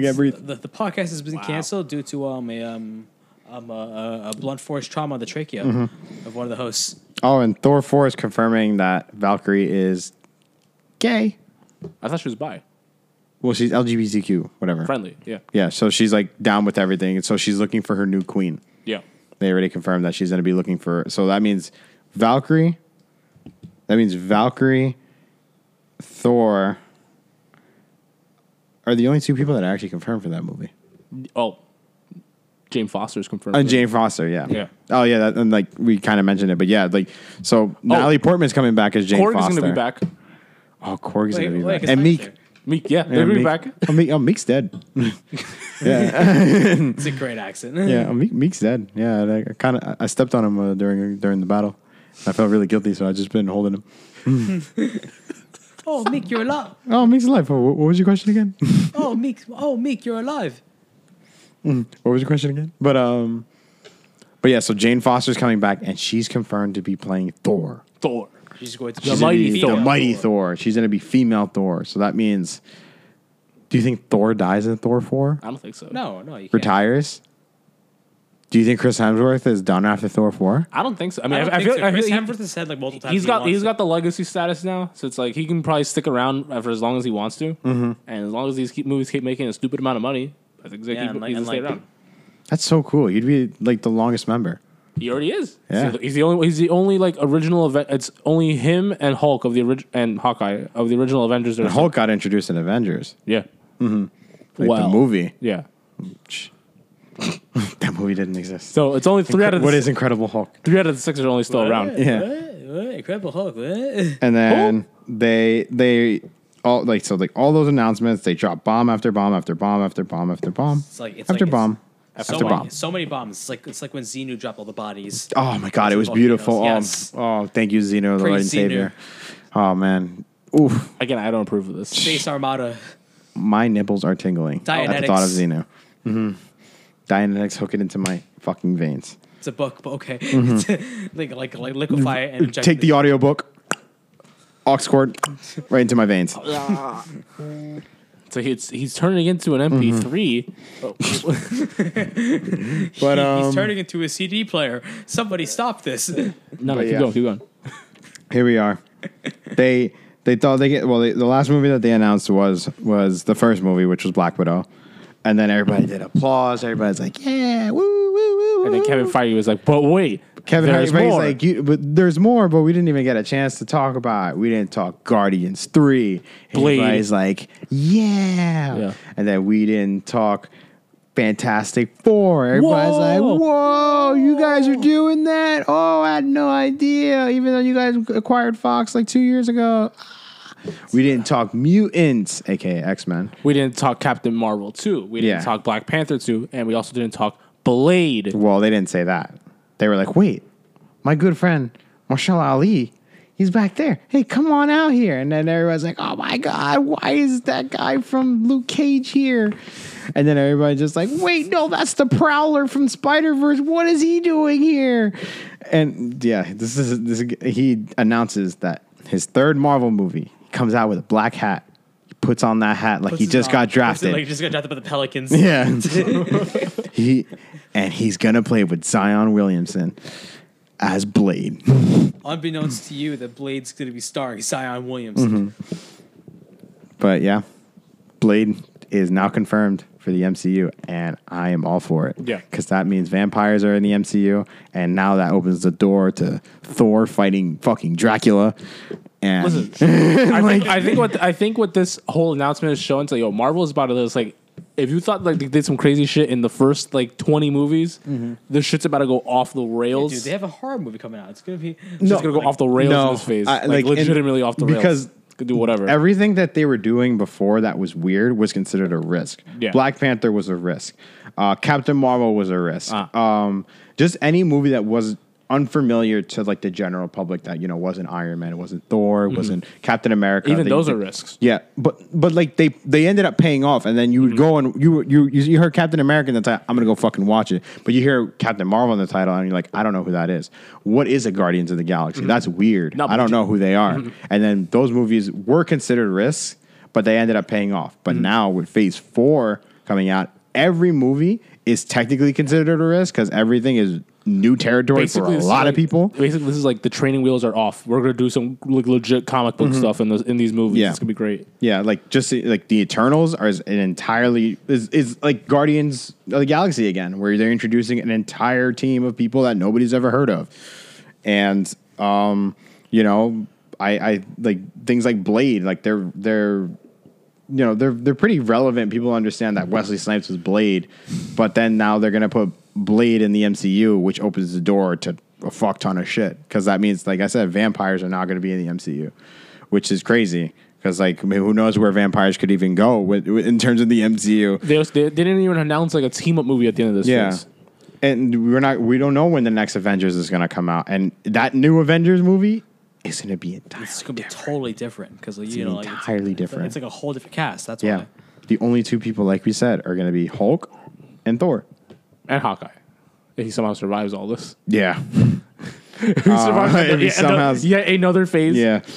S1: can't breathe.
S4: the, the podcast has been canceled due to um a um. Um, a, a blunt force trauma of the trachea of one of the hosts.
S1: Oh, and Thor four is confirming that Valkyrie is gay.
S3: I thought she was bi.
S1: Well, she's LGBTQ, whatever.
S3: Friendly. Yeah.
S1: Yeah, so she's like down with everything, and so she's looking for her new queen.
S3: Yeah.
S1: They already confirmed that she's going to be looking for. So that means Valkyrie. That means Valkyrie, Thor are the only two people that are actually confirmed for that movie.
S3: Oh. Jane Foster's confirmed.
S1: And Jane Foster, yeah.
S3: Yeah.
S1: Oh yeah, that, and like we kind of mentioned it, but yeah, like so Natalie Portman's coming back as Jane
S3: Oh. Korg is
S1: Foster.
S3: going to be back.
S1: Oh, Korg's
S4: Wait,
S1: going to be
S4: wait,
S1: back.
S4: it's
S1: And
S4: not
S1: Meek.
S4: there.
S3: Meek, yeah, they're
S1: Yeah,
S3: going to be
S1: Meek-
S3: back.
S1: Oh, Meek, oh, Meek's [laughs] dead. yeah,
S4: It's a great accent.
S1: yeah. oh, Meek, Meek's dead. Yeah, and I, kind of I stepped on him uh, during during the battle. I felt really guilty, so I just been holding him.
S4: [laughs] Oh, Meek, you're alive.
S1: Oh, Meek's alive. Oh, what what was your question again?
S4: Oh, Meek. Oh, Meek, you're alive.
S1: [laughs] what was your question again? But um, but yeah. So Jane Foster's coming back, and she's confirmed to be playing Thor.
S3: Thor.
S4: She's going to
S3: The
S1: She's gonna
S3: mighty
S1: be
S3: Thor.
S1: The mighty Thor. She's going to be female Thor. So that means, do you think Thor dies in Thor four?
S3: I don't think so.
S4: No, no, you can't.
S1: Retires. Do you think Chris Hemsworth is done after Thor four?
S3: I don't think so. I mean,
S4: I
S3: I,
S4: don't
S3: I
S4: think
S3: feel,
S4: so.
S3: I feel
S4: Chris
S3: he-
S4: Hemsworth has said like multiple times.
S3: he's
S4: he
S3: got
S4: wants
S3: he's
S4: it.
S3: got the legacy status now, so it's like he can probably stick around for as long as he wants to, mm-hmm. and as long as these keep, movies keep making a stupid amount of money, I think they
S4: Yeah,
S3: keep,
S4: and like-
S3: he's gonna
S4: and
S3: stay
S4: like-
S3: around.
S1: That's so cool. You'd be like the longest member.
S3: He already is.
S1: Yeah.
S3: He's, the only. He's the only like original event. It's only him and Hulk of the orig- and Hawkeye of the original Avengers. That are
S1: And Hulk got introduced in Avengers,
S3: Yeah. Mm-hmm.
S1: like the movie.
S3: Yeah.
S1: [laughs] that movie didn't exist.
S3: So it's only three out of the
S1: what
S3: s-
S1: is Incredible Hulk?
S3: three out of the six are only still around.
S1: Yeah.
S4: What? What? eh, Incredible Hulk. eh. What?
S1: And then they they all like so like all those announcements. They drop bomb after bomb after bomb after bomb after bomb
S4: It's like it's
S1: after
S4: like,
S1: bomb
S4: It's,
S1: after
S4: so many,
S1: bomb.
S4: So many bombs. It's like it's like when Xenu dropped all the bodies.
S1: Oh my god, it was
S4: Volcanoes,
S1: beautiful.
S4: yes.
S1: Oh, oh, thank you, Zeno, the
S4: Praise
S1: Lord and
S4: Zeno.
S1: Savior. Oh man, oof,
S3: Again, I don't approve of this.
S4: Space Armada.
S1: my nipples are tingling at the
S4: Dianetics.
S1: thought of Zeno. Mm-hmm. Dianetics hook it into my fucking veins.
S4: It's a book, but okay. [laughs] like like like liquefy it and inject
S1: Mm-hmm. Take
S4: it.
S1: the audiobook, aux cord, right into my veins.
S3: So he's he's turning into an MP3.
S1: Mm-hmm. But um,
S4: He's turning into a CD player. Somebody stop this.
S3: No, no,
S1: But
S3: keep
S1: yeah.
S3: going, keep going.
S1: here we are. they they thought they get well. They, the last movie that they announced was was the first movie, which was Black Widow, and then everybody did applause. Everybody's like, yeah, woo, woo, woo.
S3: And then
S1: woo.
S3: Kevin Feige was like, "But wait,
S1: Kevin
S3: there's
S1: Feige- Feige's
S3: more."
S1: like, you, but there's more, but we didn't even get a chance to talk about. it. We didn't talk Guardians three.
S3: Blade.
S1: Everybody's like, yeah.
S3: Yeah.
S1: and then we didn't talk Fantastic Four. Everybody's
S3: Whoa.
S1: like, whoa, you guys are doing that? Oh, I had no idea. Even though you guys acquired Fox like two years ago. Ah. We didn't talk mutants, aka X Men.
S3: We didn't talk Captain Marvel 2. We didn't
S1: Yeah.
S3: talk Black Panther 2. And we also didn't talk Blade.
S1: [laughs] Well, they didn't say that. They were like, wait, my good friend, Marshall Ali, he's back there. Hey, come on out here. And then everybody's like, oh my God, why is that guy from Luke Cage here? And then everybody's just like, wait, no, that's the Prowler from Spider Verse. What is he doing here? And yeah, this is, this is he announces that his third Marvel movie comes out with a black hat. He puts on that hat like he
S4: Puts it
S1: just
S4: on.
S1: got
S4: Puts it
S1: drafted.
S4: [laughs] Like just got drafted by the
S1: [laughs]
S4: Pelicans.
S1: Yeah. he and he's gonna play with Zion Williamson. as Blade.
S2: Unbeknownst to you, the Blade's going to be starring Zion Williams.
S1: Mm-hmm. But yeah, Blade is now confirmed for the MCU, and I am all for it.
S3: Yeah.
S1: because that means vampires are in the MCU, and now that opens the door to Thor fighting fucking Dracula. And
S3: I, think, I think what I think what this whole announcement is showing, it's like, yo, Marvel is about to this. Like, if you thought like they did some crazy shit in the first like twenty movies,
S1: Mm-hmm.
S3: this shit's about to go off the rails.
S4: Dude, they have a horror movie coming out. It's gonna be
S3: It's just gonna go off the rails
S1: no,
S3: in this phase,
S1: I- like,
S3: like,
S1: in-
S3: legitimately off the rails.
S1: because
S3: Because do whatever.
S1: everything that they were doing before that was weird was considered a risk.
S3: Yeah.
S1: Black Panther was a risk. Uh, Captain Marvel was a risk.
S3: Uh.
S1: Um, just any movie that was unfamiliar to like the general public that you know wasn't Iron Man, it wasn't Thor, it wasn't Captain America.
S3: Mm-hmm. Even
S1: They-
S3: those
S1: they-
S3: are risks.
S1: Yeah, but but like they they ended up paying off, and then you would go and you you you heard Captain America and the title. I'm gonna go fucking watch it, but you hear Captain Marvel in the title, and you're like, I don't know who that is. What is a Guardians of the Galaxy? That's weird.
S3: No,
S1: I don't
S3: but-
S1: know who they are. And then those movies were considered risks, but they ended up paying off. But now with Phase Four coming out, every movie is technically considered a risk because everything is new territory for
S3: this
S1: a
S3: is
S1: lot
S3: like-
S1: of people.
S3: Basically, this is like the training wheels are off. We're gonna do some like legit comic book stuff in those in these movies.
S1: Mm-hmm. Yeah.
S3: It's gonna be great.
S1: Yeah, like just like the Eternals are an entirely is is like Guardians of the Galaxy again, where they're introducing an entire team of people that nobody's ever heard of, and um, you know, I I like things like Blade, like they're they're you know they're they're pretty relevant. People understand that Wesley Snipes was Blade, but then now they're gonna put Blade in the MCU, which opens the door to a fuck ton of shit. Because that means, like I said, vampires are not gonna be in the MCU, which is crazy. Because like I mean, who knows where vampires could even go with, with- in terms of the MCU?
S3: They, was- they, they didn't even announce like a team up movie at the end of this.
S1: Yeah.
S3: phase.
S1: And we're not. We don't know when the next Avengers is going to come out, and that new Avengers movie is going to be entirely
S4: it's gonna be totally different because you know like it's-
S1: entirely different.
S4: It's like a whole different cast. That's
S1: yeah.
S4: why.
S1: The only two people, like we said, are going to be Hulk and Thor.
S3: and Hawkeye. If he somehow survives all this, [laughs]
S1: Yeah,
S3: he survives
S1: if Uh, [laughs] he
S3: yeah,
S1: somehow-
S3: another, yeah,
S4: [laughs]
S3: another phase.
S1: Yeah. [laughs]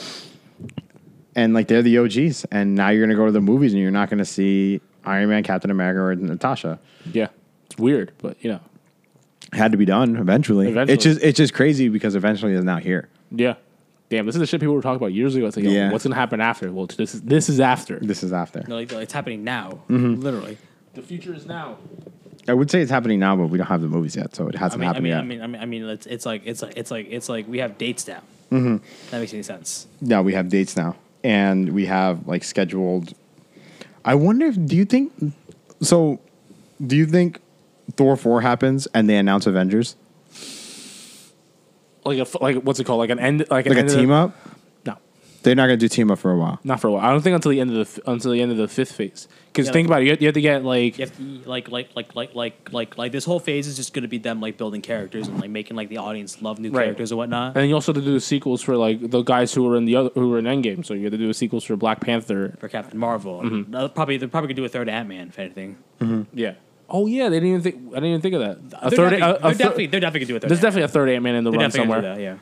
S1: And like they're the OGs, and now you're gonna go to the movies, and you're not gonna see Iron Man, Captain America, or Natasha.
S3: yeah. It's weird, but you know,
S1: Had to be done eventually.
S3: Eventually.
S1: It's just it's just crazy because eventually it's not here.
S3: yeah. Damn, this is the shit people were talking about years ago. It's like, yo,
S1: Yeah.
S3: what's gonna happen after? Well, this is this is after.
S1: This is after.
S4: No, like, it's happening now,
S3: Mm-hmm.
S4: literally.
S3: The future is now.
S1: I would say it's happening now, but we don't have the movies yet, so it
S4: I
S1: hasn't
S4: mean, I
S1: happened
S4: mean,
S1: yet.
S4: I mean, I mean, I mean, it's, it's like it's like it's like it's like we have dates down.
S3: Mm-hmm.
S4: That makes any sense?
S1: yeah, we have dates now, and we have like scheduled. I wonder if do you think so? Do you think Thor four happens and they announce Avengers
S3: Like a f- like what's it called? Like an end like, an
S1: like a
S3: end of the-
S1: team up?
S3: No,
S1: They're not gonna do team up for a while.
S3: not for a while. I don't think until the end of the f- until the end of the fifth phase. Because
S4: Yeah,
S3: think
S4: like-
S3: about it, you have, you have to get like
S4: You have to like like like like like like like this whole phase is just gonna be them like building characters and like making like the audience love new
S3: Right.
S4: characters and whatnot.
S3: And you also have to do sequels for like the guys who were in the other who were in Endgame. So you have to do sequels for Black Panther.
S4: for Captain Marvel,
S3: Mm-hmm.
S4: and they'll probably they're probably gonna do a third Ant Man if anything.
S3: Yeah. Oh yeah, they didn't even think. I didn't even think of that. A
S4: They're
S3: third.
S4: definitely,
S3: a- a
S4: they're,
S3: thir-
S4: definitely they're definitely gonna do a third.
S3: there's
S4: Ant-Man.
S3: definitely a third Ant Man in the
S4: they're
S3: run
S4: definitely
S3: somewhere.
S4: Gonna do that,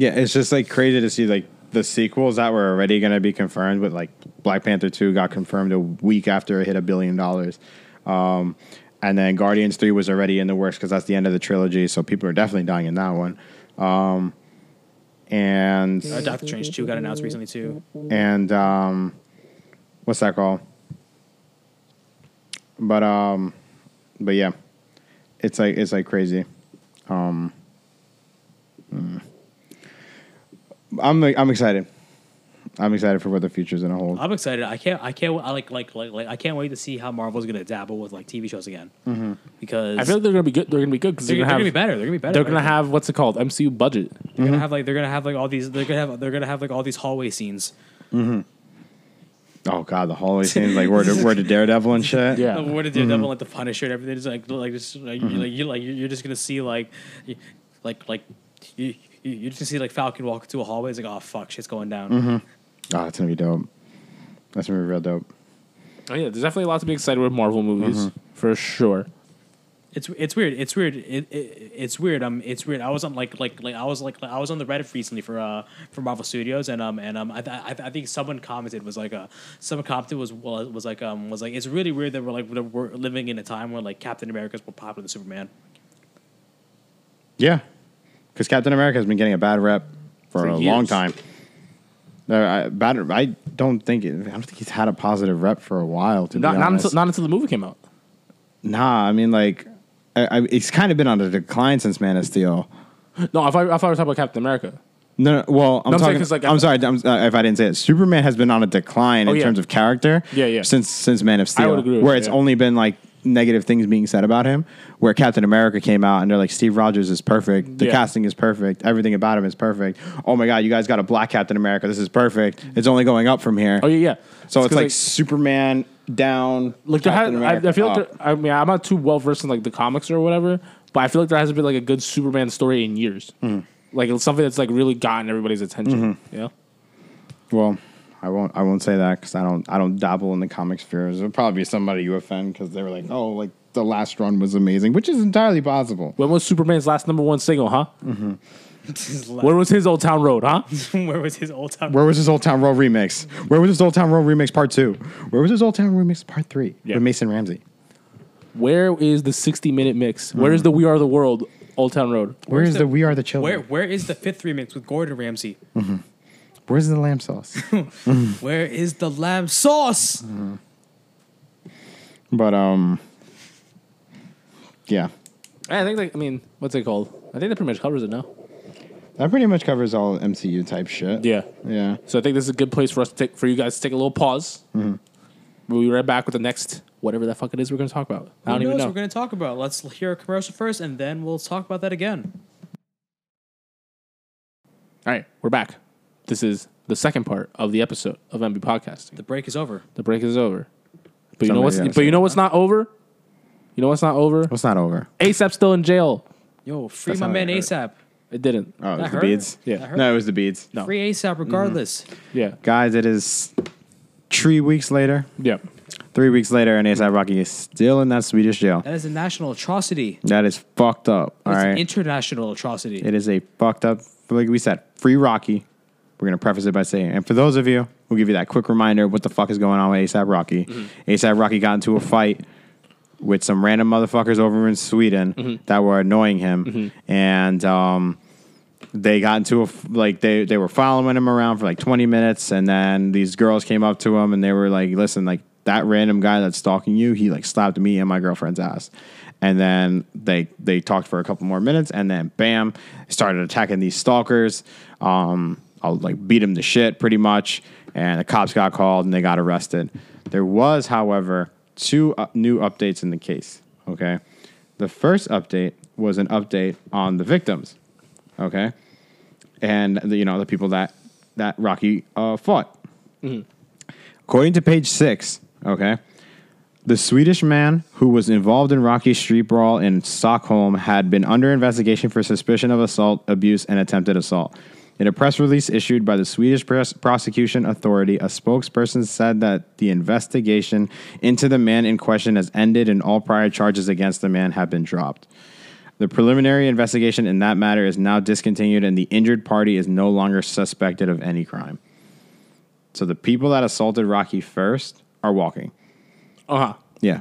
S4: yeah.
S1: Yeah, it's just like crazy to see like the sequels that were already going to be confirmed. With like Black Panther two got confirmed a week after it hit a billion dollars, um, and then Guardians three was already in the works because that's the end of the trilogy. So people are definitely dying in that one. Um,
S4: Uh,
S1: and
S4: Doctor Strange two got announced recently too.
S1: and um, what's that called? But um, but yeah, it's like it's like crazy. Um, mm. I'm I'm excited. I'm excited for what the future's gonna hold.
S4: I'm excited. I can't. I can't. I like like like like. I can't wait to see how Marvel's gonna dabble with like TV shows again. Because
S3: Mm-hmm. I feel like they're gonna be good. They're gonna be good because
S4: they're,
S3: they're,
S4: gonna, they're gonna be
S3: have.
S4: better. They're gonna be better.
S3: they're gonna
S4: right?
S3: have Mm-hmm. what's it called? MCU budget.
S4: They're gonna have like they're gonna have like all these. They're gonna have they're gonna have like all these hallway scenes.
S1: Oh god, the hallway scenes like where the, where the daredevil and shit.
S3: Yeah. Mm-hmm.
S4: Like, Where did Daredevil like the Punisher and everything? It's like like just like you like you like you're you're just gonna see like you- like like you you- you're just gonna see like Falcon walk into a hallway. It's like oh fuck, shit's going down.
S3: Mm-hmm.
S1: Oh, it's gonna be dope. That's gonna be real dope.
S3: Oh yeah, there's definitely a lot to be excited with Marvel movies for sure.
S4: It's it's weird. It's weird. It, it, it's weird. Um, it's weird. I was on like like like I was like, like, I was on the Reddit recently for uh for Marvel Studios and um and um I th- I, th- I think someone commented was like uh someone commented was was was like um was like it's really weird that we're like that we're [laughs] living in a time where like Captain America's more popular than Superman.
S1: Yeah, because Captain America has been getting a bad rep for,
S4: For
S1: a long
S4: years.
S1: time. Uh, I, bad, I don't think it, I don't think he's had a positive rep for a while. To
S3: Not,
S1: be
S3: not,
S1: honest,
S3: until, not until the movie came out.
S1: nah. I mean, like, I, I, it's kind of been on a decline since Man of Steel.
S3: No, I thought, I thought we were talking about Captain America.
S1: No, no, well, I'm,
S3: No, I'm saying
S1: talking.
S3: 'cause, like,
S1: I'm
S3: I-
S1: sorry I'm, uh, if I didn't say it. Superman has been on a decline
S3: Oh,
S1: in
S3: yeah.
S1: terms of character.
S3: Yeah, yeah.
S1: Since since Man of Steel,
S3: would agree with
S1: where
S3: you,
S1: it's
S3: yeah.
S1: only been like negative things being said about him. Where Captain America came out and they're like, Steve Rogers is perfect. The
S3: Yeah.
S1: casting is perfect. Everything about him is perfect. Oh my God, you guys got a black Captain America. This is perfect. It's only going up from here.
S3: Oh yeah, yeah.
S1: So it's,
S3: 'cause,
S1: like, Superman down.
S3: like there has,
S1: Captain
S3: I, I feel
S4: Oh.
S3: like
S1: up.
S3: there, I mean I'm not too well versed in like the comics or whatever, but I feel like there hasn't been like a good Superman story in years.
S4: Hmm.
S3: Like it's something that's like really gotten everybody's attention.
S4: Mm-hmm.
S3: Yeah.
S1: Well, I won't. I won't say that because I don't. I don't dabble in the comic sphere. It'll probably be somebody you offend because they were like, "Oh, like the last run was amazing," which is entirely possible.
S3: When was Superman's last number one single? Huh?
S4: His
S3: Where
S4: left-
S3: was his Old Town Road? Huh?
S4: [laughs] Where was his old time?
S1: Where was his Old Town Road remix? Where was his Old Town Road remix part two? Where was his Old Town Road remix part three
S3: Yeah.
S1: with Mason Ramsey?
S3: Where is the 60 minute mix? Where
S4: Hmm.
S3: is the We Are the World Old Town Road?
S1: Where
S4: Where's
S1: is the,
S4: the-
S1: We Are the
S4: Where
S1: Children?
S4: where is the fifth remix with Gordon Ramsay?
S1: Where's the lamb sauce?
S4: Where is the lamb sauce?
S1: but um, yeah,
S3: I think like I mean what's it called? I think that pretty much covers it now.
S1: that pretty much covers all MCU type shit.
S3: Yeah.
S1: yeah.
S3: So I think this is a good place for us to take, for you guys to take a little pause.
S4: Mm-hmm.
S3: We'll be right back with the next whatever the fuck it is we're going to talk about. I
S4: Who
S3: don't even
S4: knows
S3: know.
S4: what we're gonna talk about? Let's hear a commercial first, and then we'll talk about that again.
S3: All right, we're back. This is the second part of the episode of MB Podcasting.
S4: The break is over.
S3: The break is over, but you
S1: Somebody
S3: know what's
S1: gotta
S3: but
S1: say
S3: you know what's not over. You know what's not over.
S1: Well, it's not over.
S3: ASAP's still in jail.
S4: Yo, free
S1: That's
S4: my
S1: how
S4: man
S1: that
S4: ASAP.
S3: It didn't.
S1: Oh, it was
S4: That
S1: the
S4: hurt.
S1: beads.
S3: Yeah.
S4: That hurt.
S1: No, Mm-hmm. it was the beads.
S3: No.
S4: Free ASAP regardless.
S3: Yeah,
S1: Guys, it is three weeks later.
S3: yeah.
S1: Three weeks later, and ASAP Rocky is still in that Swedish jail.
S4: That is a national atrocity.
S1: That is fucked up. All
S4: It's
S1: right.
S4: an international atrocity.
S1: it is a fucked up, like we said, free Rocky. We're going to preface it by saying, and for those of you, we'll give you that quick reminder of what the fuck is going on with ASAP Rocky. ASAP Rocky got into a fight with some random motherfuckers over in Sweden that were annoying him. And, um, they got into a f- like they they were following him around for like 20 minutes and then these girls came up to him and they were like listen like that random guy that's stalking you he like slapped me and my girlfriend's ass and then they they talked for a couple more minutes and then bam started attacking these stalkers um I'll like beat him to shit pretty much and the cops got called and they got arrested there was however two uh, new updates in the case okay the first update was an update on the victims okay, and the, you know the people that that Rocky uh, fought. According to page six, okay, the Swedish man who was involved in Rocky's street brawl in Stockholm had been under investigation for suspicion of assault, abuse, and attempted assault. In a press release issued by the Swedish press prosecution authority, a spokesperson said that the investigation into the man in question has ended and all prior charges against the man have been dropped. The preliminary investigation in that matter is now discontinued, and the injured party is no longer suspected of any crime. So the people that assaulted Rocky first are walking.
S3: Uh huh.
S1: Yeah.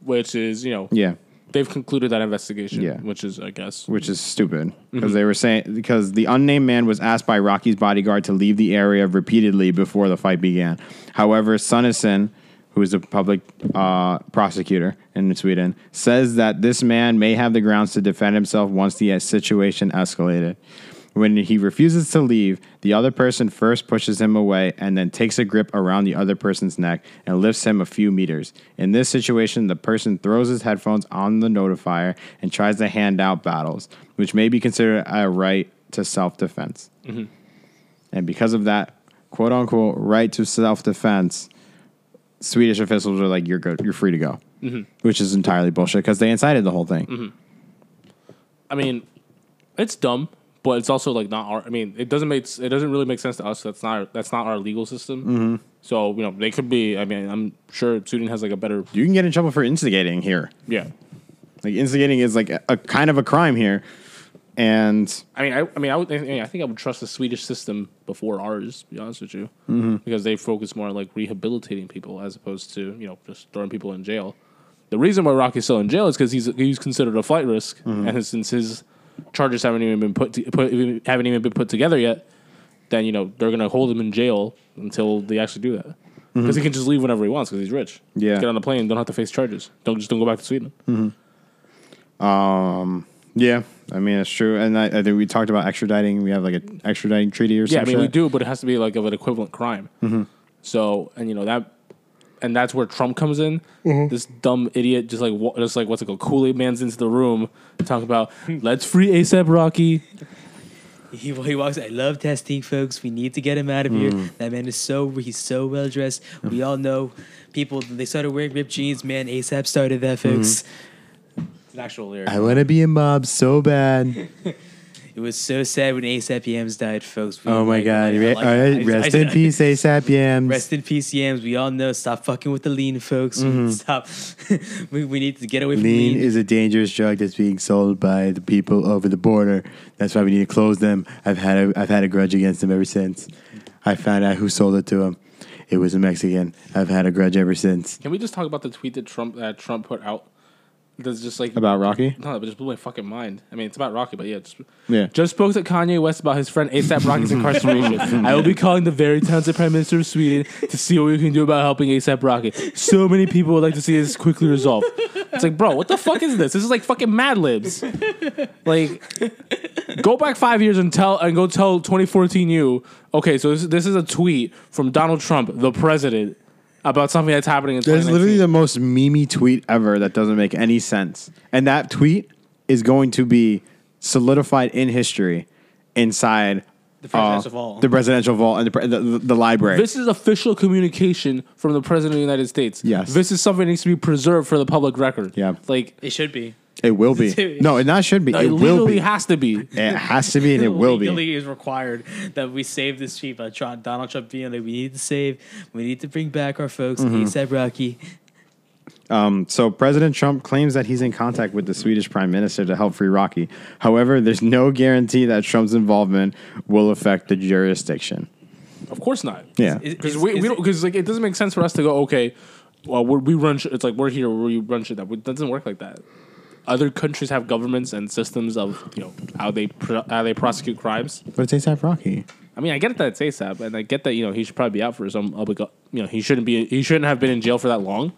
S3: Which is you know
S1: Yeah.
S3: they've concluded that investigation.
S1: Yeah.
S3: Which is I guess.
S1: Which is stupid because they were saying because the unnamed man was asked by Rocky's bodyguard to leave the area repeatedly before the fight began. However, Sunnison, who is a public uh, prosecutor in Sweden, says that this man may have the grounds to defend himself once the uh, situation escalated. When he refuses to leave, the other person first pushes him away and then takes a grip around the other person's neck and lifts him a few meters. In this situation, the person throws his headphones on the notifier and tries to hand out battles, which may be considered a right to self defense. And because of that, quote unquote, right to self defense, Swedish officials are like, you're good, you're free to go, which is entirely bullshit because they incited the whole thing.
S3: I mean, it's dumb, but it's also like not our. I mean, it doesn't make it doesn't really make sense to us. That's not that's not our legal system.
S1: Mm-hmm.
S3: So you know they could be. I mean, I'm sure Sweden has like a better.
S1: You can get in trouble for instigating here.
S3: Yeah.
S1: Like instigating is like a, a kind of a crime here, and
S3: I mean, I, I mean, I would. I, mean, I think I would trust the Swedish system before ours. To be honest with you, because they focus more on like rehabilitating people as opposed to you know just throwing people in jail. The reason why Rocky's still in jail is because he's he's considered a flight risk, and since his charges haven't even been put, to, put even- haven't even been put together yet, then you know they're gonna hold him in jail until they actually do that. Because he can just leave whenever he wants because he's rich.
S1: Yeah.
S3: get on the plane, don't have to face charges. Don't just don't go back to Sweden.
S1: Yeah, I mean that's true, and I, I think we talked about extraditing. We have like an extraditing treaty or
S3: Yeah, I
S1: something.
S3: mean we do, but it has to be like of an equivalent crime. So and you know that, and that's where Trump comes in. This dumb idiot just like wa- just like what's it called Kool Aid Man's into the room talking about let's free ASAP Rocky.
S4: He, he walks. I love testing, folks. We need to get him out of
S1: Mm.
S4: here. That man is so he's so well dressed. We all know people. They started wearing ripped jeans. Man, ASAP started that, folks.
S1: Mm-hmm.
S4: It's an actual lyric.
S1: want to be a mob so
S4: [laughs]
S1: bad.
S4: it was so sad when ASAP Yams died, folks. We
S1: Oh my
S4: like-
S1: god!
S4: I
S1: Re-
S4: like-
S1: all
S4: I
S1: right,
S4: just-
S1: rest
S4: I-
S1: in peace, ASAP Yams.
S4: Rest in peace, Yams. We all know. Stop fucking with the lean, folks. Stop. [laughs] we, we need to get away from
S1: Mm-hmm. Lean
S4: lean.
S1: is a dangerous drug that's being sold by the people over the border. That's why we need to close them. I've had a, I've had a grudge against them ever since. I found out who sold it to him. It was a Mexican. I've had a grudge ever since.
S3: Can we just talk about the tweet that Trump that Trump put out? That's just like
S1: About Rocky?
S3: no, but just blew my fucking mind. I mean, it's about Rocky, but yeah, just,
S1: Yeah.
S3: Just spoke to Kanye West about his friend ASAP
S1: [laughs]
S3: Rocky's incarceration. I will be calling the very talented Prime Minister of Sweden to see what we can do about helping ASAP Rocky. So many people would like to see this quickly resolved. It's like, bro, what the fuck is this? This is like fucking Mad Libs. Like, go back five years and tell and go tell 2014 you. Okay, so this, this is a tweet from Donald Trump, the president, about something that's happening in.
S1: That is
S3: 2019.
S1: literally the most memey tweet ever that doesn't make any sense. And that tweet is going to be solidified in history inside the
S4: presidential vault.
S1: The presidential vault and the, pre- the, the, the library.
S3: This is official communication from the president of the United States.
S1: Yes.
S3: This is something that needs to be preserved for the public record.
S1: Yeah.
S3: Like
S4: It should be.
S1: it will be.
S4: [laughs] Dude.
S1: No, it not should be.
S3: it,
S1: it will
S3: literally
S1: be.
S3: has to be.
S1: it has to be and it will be.
S4: Legally is required that we save this tweet by Tron- Donald Trump being like, we need to save, we need to bring back our folks,
S1: Mm-hmm.
S4: ASAP Rocky.
S1: So President Trump claims that he's in contact with the Swedish prime minister to help free Rocky. However, there's no guarantee that Trump's involvement will affect the jurisdiction.
S3: Of course not.
S1: Yeah.
S3: Because
S4: Is-
S3: we,
S4: is
S3: we
S4: it-
S3: don't because like it doesn't make sense for us to go okay. Well, we're, we run. Sh- it's like we're here. We run shit. That it doesn't work like that. Other countries have governments and systems of you know how they pro- how they prosecute crimes.
S1: But it's ASAP Rocky.
S3: I mean, I get that it's ASAP, and I get that you know he should probably be out for some public. You know, he shouldn't be. He shouldn't have been in jail for that long.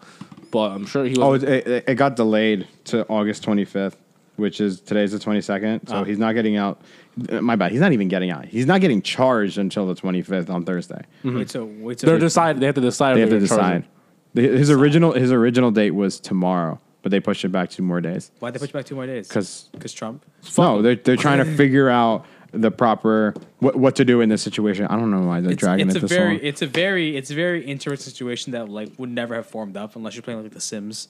S3: But I'm sure he was.
S1: Oh, it, it, it got delayed to August 25th, which is today's the 22nd. So
S4: Ah.
S3: Oh.
S1: he's not getting out. uh, My bad. He's not even getting out. He's not getting charged until the 25th on Thursday.
S4: Wait, so, wait, so
S3: they're decide. They have to decide. if
S1: They have to
S3: they're gonna charge him.
S1: decide. The- His original his original date was tomorrow, but they pushed it back two more days.
S4: why'd they push back two more days?
S1: 'Cause-
S4: Because Trump?
S1: No, they're they're trying to figure out the proper what, what to do in this situation. I don't know why they're dragging
S4: it's
S1: it
S4: a
S1: this
S4: very,
S1: long.
S4: It's a very, it's a very interesting situation that like would never have formed up unless you're playing like The Sims.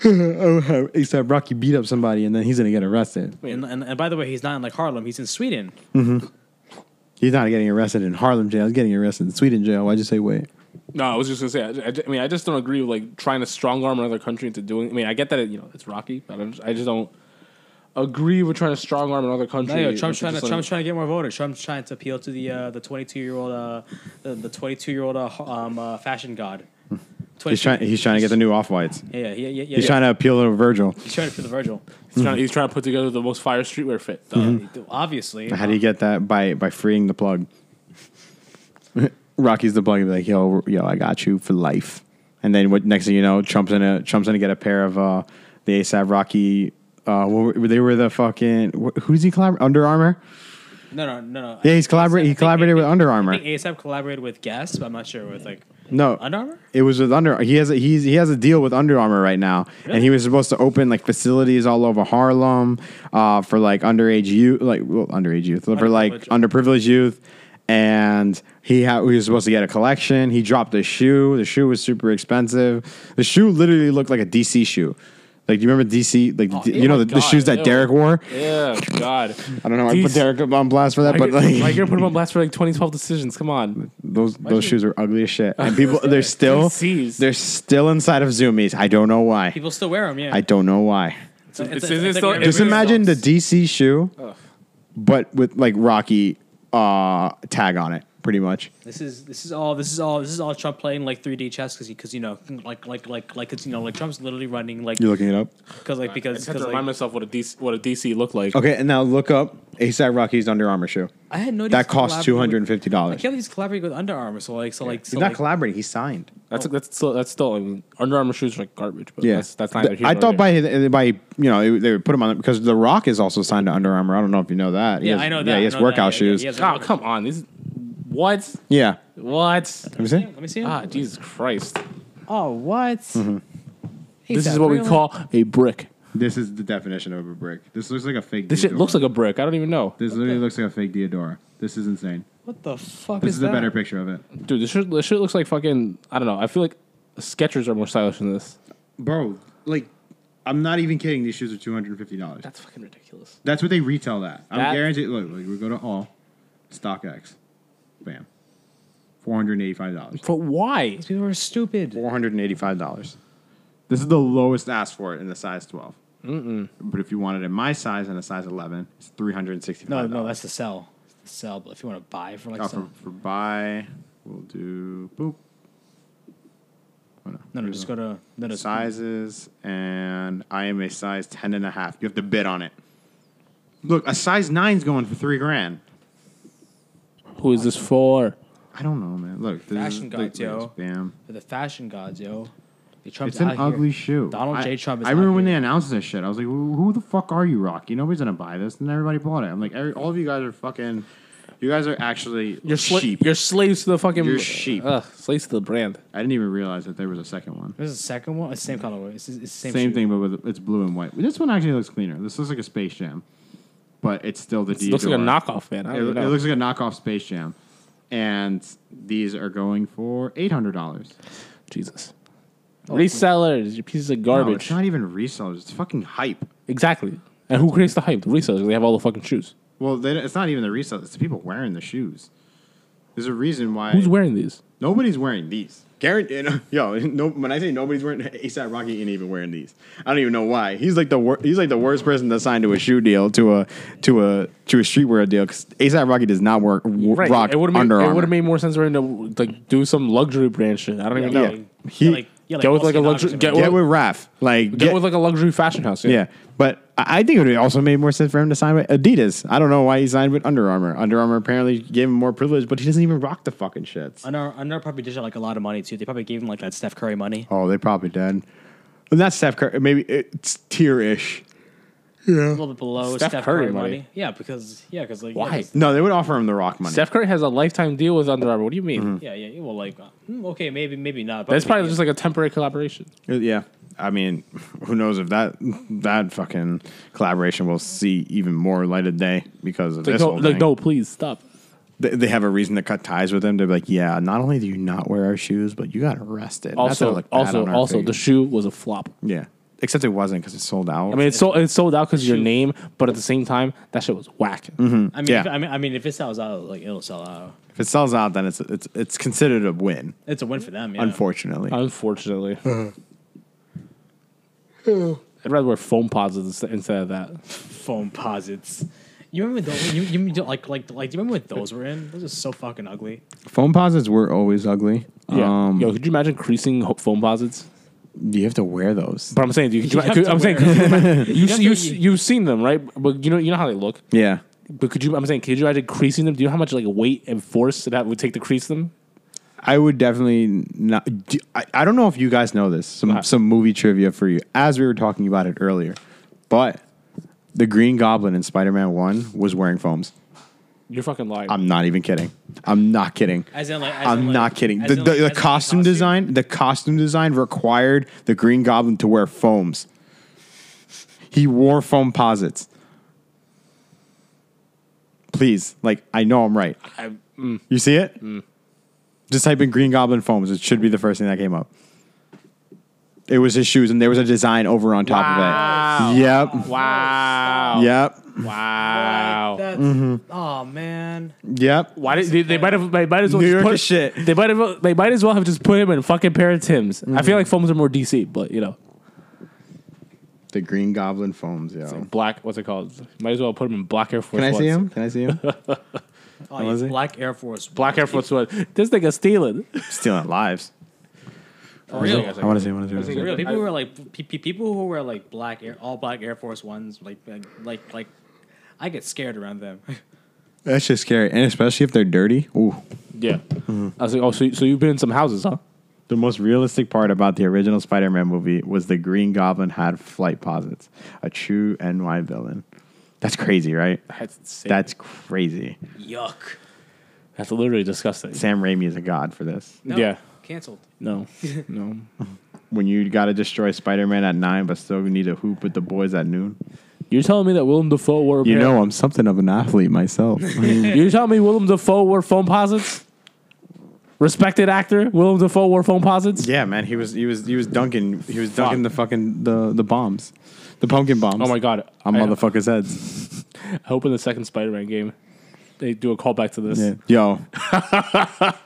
S1: ASAP Rocky beat up somebody and then he's gonna get arrested.
S4: And, and, and by the way, he's not in like Harlem. He's in Sweden.
S1: He's not getting arrested in Harlem jail. He's getting arrested in Sweden jail. Why'd you say wait?
S3: No, I was just gonna say. I, I- I mean, I just don't agree with like trying to strong arm another country into doing. I mean, I get that it, you know it's rocky, but I'm just, I just don't agree with trying to strong arm another country.
S4: No, yo, uh, Trump's
S3: into
S4: trying to
S3: just, like-
S4: Trump's trying to get more voters. Trump's trying to appeal to the uh, the 22 year old uh, the, the 22 year old uh, um, uh, fashion god.
S1: He's trying he's trying to get the new off whites.
S4: Yeah, yeah, yeah. yeah
S1: He's trying to appeal to Virgil.
S4: he's trying to appeal to Virgil.
S3: he's, trying, he's trying to put together the most fire streetwear fit. Duh.
S4: Obviously,
S1: Mm-hmm. How do you get that by by freeing the plug? [laughs] Rocky's the plug and be like, yo, yo, I got you for life. And then what? Next thing you know, Trump's gonna Trump's gonna get a pair of uh, the ASAP Rocky. Uh, what were, they were the fucking wh- who does he collaborate? Under Armour.
S4: no, no, no, no.
S1: Yeah, he's collaborate. He
S4: I think-
S1: collaborated
S4: I
S1: with
S4: think-
S1: Under
S4: I
S1: Armour.
S4: think ASAP collaborated with Guess, but I'm not sure with like
S1: No,
S4: Under Armour.
S1: It was with Under. He has a, he's, he has a deal with Under Armour right now, and he was supposed to open like facilities all over Harlem uh, for like underage youth, like well, underage youth for like underprivileged youth. And he had he was supposed to get a collection. He dropped a shoe. The shoe was super expensive. The shoe literally looked like a DC shoe. Like, do you remember DC? Like, the-
S3: Oh
S1: you know,
S3: my
S1: the, the
S3: God,
S1: shoes that
S3: ew.
S1: Derek wore.
S3: Yeah,
S1: [laughs]
S3: God.
S1: I don't know. I put
S3: These-
S1: Derek on blast for that,
S3: I
S1: Mm-hmm. but
S3: could-
S1: like,
S3: I could put him on blast for like 2012 decisions. Come on,
S1: Those those shoes are ugly as shit,
S3: [laughs]
S1: and people they're still
S3: Seas.
S1: they're still inside of Zoomies. I don't know why.
S4: People still wear them. Yeah,
S1: I don't know why.
S4: It's, it's,
S3: it's- it's still-
S4: like-
S3: it's
S1: Just
S3: really
S1: imagine the DC shoe, but with like Rocky uh, tag on it. pretty much.
S4: This is this is all this is all this is all Trump playing like 3D chess because because you know like like like like it's you know like Trump's literally running like
S1: You looking it up?
S4: because like because
S3: I
S4: cause,
S3: had to
S4: like,
S3: remind myself what a DC what a DC looked like.
S1: Okay, and now look up ASAP Rocky's Under Armour shoe.
S4: I had no idea
S1: That
S4: he's
S1: costs two
S4: collaborating
S1: hundred
S4: with-
S1: and fifty
S4: I
S1: dollars.
S4: can't believe he's collaborating with Under Armour. So like so like
S1: He's
S4: so,
S1: not
S4: like,
S1: collaborating. He signed.
S3: That's that's still that's still I mean, Under Armour shoes are like garbage, but
S1: Yeah,
S3: that's that's neither here.
S1: I
S3: nor
S1: thought
S3: there.
S1: by his- by you know they would put him on it because The Rock is also signed to Under Armour. I don't know if you know that. He
S4: yeah,
S1: has-
S4: I know that.
S1: Yeah, he
S4: I
S1: has
S4: know that,
S1: workout
S4: yeah, yeah,
S1: shoes. Ah,
S4: he
S1: Yeah,
S4: has
S3: Oh
S4: workout-
S3: come on! These what
S4: [laughs]
S3: what?
S1: Let me see. Mm-hmm.
S4: Let me see. him.
S3: Ah, Jesus Christ!
S4: Oh, what?
S3: This is what we call a brick.
S1: This is the definition of a brick. This looks like a fake.
S3: This shit looks like a brick. I don't even know,
S1: This literally looks like a fake Deodora. This is insane.
S4: What the fuck
S1: This
S4: is,
S1: is,
S4: that?
S1: a better picture of it,
S3: dude. This shit, this shit looks like fucking. I don't know. I feel like Skechers are more stylish than this.
S1: bro. Like, I'm not even kidding. These shoes are two hundred and fifty dollars.
S3: That's fucking ridiculous.
S1: That's what they retail that. I'm
S3: That-
S1: guaranteed. Look, look, we go to all, StockX, bam, four hundred eighty-five dollars.
S3: But why?
S4: These people are stupid.
S1: Four hundred eighty-five dollars. This is the lowest ask for it in the size twelve. Mm-mm. But if you want it in my size and a size eleven, it's three hundred
S4: No,
S1: sixty-five.
S4: no, that's the sell. It's the sell. But if you want to buy for like
S1: Oh, for,
S4: some,
S1: for buy, we'll do boop. Oh, no.
S4: no, no, just go to no, no,
S1: sizes, and I am a size ten and a half. You have to bid on it. Look, a size nine's going for three grand.
S3: Who is this for?
S1: I don't know, man. Look, this
S4: Fashion
S1: is,
S4: guides,
S1: look,
S4: yo.
S1: look, Bam.
S4: for the fashion gods, yo. The Trump's
S1: It's an
S4: out here.
S1: ugly shoe.
S4: Donald
S1: I-
S4: J. Trump is
S1: I remember
S4: out
S1: when
S4: here.
S1: they announced this shit. I was like, "Who who the fuck are you, Rocky? Nobody's gonna buy this," and everybody bought it. I'm like, every, "All of you guys are fucking. You guys are actually
S3: You're sla-
S1: sheep."
S3: You're slaves to the fucking.
S1: You're sheep.
S3: Ugh, slaves to the brand.
S1: I didn't even realize that there was a second one.
S4: There's a second one. It's the same colorway. It's, it's the same.
S1: Same,
S4: shoe.
S1: thing, but with it's blue and white. This one actually looks cleaner. This looks like a Space Jam, but it's still the.
S3: It looks like a
S1: Dior.
S3: knockoff, man. I
S1: It,
S3: don't even
S1: it
S3: know.
S1: looks like a knockoff Space Jam, and these are going for eight hundred dollars.
S3: Jesus. Resellers, you pieces of garbage.
S1: No, it's not even resellers. It's fucking hype.
S3: Exactly. And who creates the hype? The resellers. They have all the fucking shoes.
S1: Well, they, it's not even the resellers. It's the people wearing the shoes. There's a reason why.
S3: Who's wearing these?
S1: Nobody's wearing these. Guaranteed. Yo, [laughs] no, when I say nobody's wearing [laughs] ASAP Rocky ain't even wearing these. I don't even know why. He's like the wor- he's like the worst person that signed to a shoe deal to a to a to a streetwear deal because ASAP Rocky does not work w- rock
S3: It would have
S1: Under
S3: made, it
S1: Armour.
S3: would've made more sense for him to like do some luxury brand shit. I don't even know.
S1: Yeah. He-
S3: Get with, like, a luxury- get
S1: get with Raph. Like
S3: Get with like a luxury fashion house.
S1: yeah. But I I think it would also made more sense for him to sign with Adidas. I don't know why he signed with Under Armour. Under Armour apparently gave him more privilege, but he doesn't even rock the fucking shits.
S4: Under Under probably dished out like a lot of money too. They probably gave him like that Steph Curry money.
S1: Oh, they probably did. And that's Steph Curry. Maybe it's tier ish.
S4: A little bit below
S3: Steph
S4: Steph,
S3: Curry
S4: Curry,
S3: money.
S4: money. Yeah, because yeah, because like
S3: Why?
S4: Yeah, 'cause-
S1: No, they would offer him the Rock money.
S3: Steph Curry has a lifetime deal with Under Armour. What do you mean?
S4: yeah, yeah. Well, like uh, hmm, okay, maybe maybe not.
S3: That's probably just like a temporary collaboration.
S1: Uh, Yeah. I mean, who knows if that that fucking collaboration will see even more light of day because of
S3: Like,
S1: this
S3: no,
S1: whole
S3: like
S1: thing.
S3: no, please stop.
S1: They, they have a reason to cut ties with him. They're like, yeah, not only do you not wear our shoes, but you got arrested. That's gonna
S3: Also,
S1: look bad
S3: also,
S1: on our
S3: also, the
S1: figure.
S3: shoe was a flop.
S1: yeah. Except it wasn't because it sold out.
S3: I mean, it's sold, it's sold out because of your name, but at the same time, that shit was whack.
S4: I mean,
S1: yeah.
S4: if, I mean, I mean, if it sells out, like it'll sell out.
S1: if it sells out, then it's it's it's considered a win.
S4: It's a win for them. Yeah.
S1: Unfortunately,
S3: Unfortunately. I'd rather wear foam pods ins- instead of that.
S4: Foam posits. You remember those? You, you don't- like like like? Do you remember what those were in? Those are so fucking ugly.
S1: foam posits were always ugly.
S3: Yeah.
S1: Um,
S3: Yo, could you imagine creasing ho- foam posits?
S1: you have to wear those.
S3: But I'm saying, you, could, you
S4: have
S3: could-
S4: to
S3: I'm saying,
S4: wear
S3: could [laughs] you, you,
S4: have to-
S3: you, you've seen them, right? But you know, you know how they look.
S1: Yeah,
S3: But could you? I'm saying, could you imagine creasing them? Do you know how much like weight and force that would take to crease them?
S1: I would definitely not. do- I, I don't know if you guys know this. Some
S3: Uh-huh.
S1: some movie trivia for you, as we were talking about it earlier. But the Green Goblin in Spider Man One was wearing foams.
S3: You're fucking lying.
S1: I'm not even kidding. I'm not kidding.
S4: As in, like, as
S1: I'm
S4: in, like-
S1: not kidding.
S4: as
S1: The, the,
S4: in, like,
S1: the
S4: as in, like,
S1: costume,
S4: costume?
S1: design, the costume design required the Green Goblin to wear foams. He wore foam posits. Please, like I know I'm right.
S3: I-
S4: mm.
S1: You see it? Just type in Green Goblin foams. It should be the first thing that came up. It was his shoes, and there was a design over on top of it. Yep.
S3: wow.
S1: Yep.
S3: Wow.
S4: That's, Oh man.
S1: Yep.
S3: Why did they, they might have? They might as well.
S1: New
S3: just
S1: York
S3: put,
S1: is shit.
S3: They might have. They might as well have just put him in a fucking pair of Tims.
S1: Mm-hmm.
S3: I feel like foams are more DC, but you know,
S1: The Green Goblin foams, yo.
S3: black. What's it called? Might as well put him in black Air Force.
S1: Can I see
S4: [laughs]
S3: Ones.
S1: him? Can I see him?
S4: Oh, yeah,
S1: was he?
S4: Black Air Force.
S3: Black Air Force One. This nigga
S1: [laughs]
S3: stealing.
S1: Stealing lives.
S4: For real.
S1: I want to see. I want to see.
S4: For real. People
S3: I-
S4: who are like pe- pe- people who wear like black air, all black Air Force Ones, like like like, like I get scared around them. [laughs]
S1: That's just scary, and especially if they're dirty. Ooh.
S3: Yeah.
S1: Mm-hmm.
S3: I was like, oh, so, so you've been in some houses, huh?
S1: The most realistic part about the original Spider-Man movie was the Green Goblin had flight posits, a true NY villain. That's crazy, right?
S3: That's insane.
S1: That's crazy.
S4: Yuck.
S3: That's literally disgusting.
S1: Sam Raimi is a god for this.
S4: No,
S3: Yeah.
S4: Cancelled.
S3: No. [laughs] No.
S1: When you got to destroy Spider-Man at nine, but still need to hoop with the boys at noon.
S3: You're telling me that Willem Dafoe wore.
S1: You know, I'm something of an athlete myself. [laughs]
S3: You're telling me Willem Dafoe wore phone posits? Respected actor Willem Dafoe wore phone posits?
S1: yeah, man, he was he was he was dunking he was dunking
S3: Fuck.
S1: the fucking the the bombs, the pumpkin bombs.
S3: Oh my god!
S1: On
S3: I,
S1: motherfuckers' heads.
S3: I hope in the second Spider-Man game they do a callback to this.
S1: Yeah.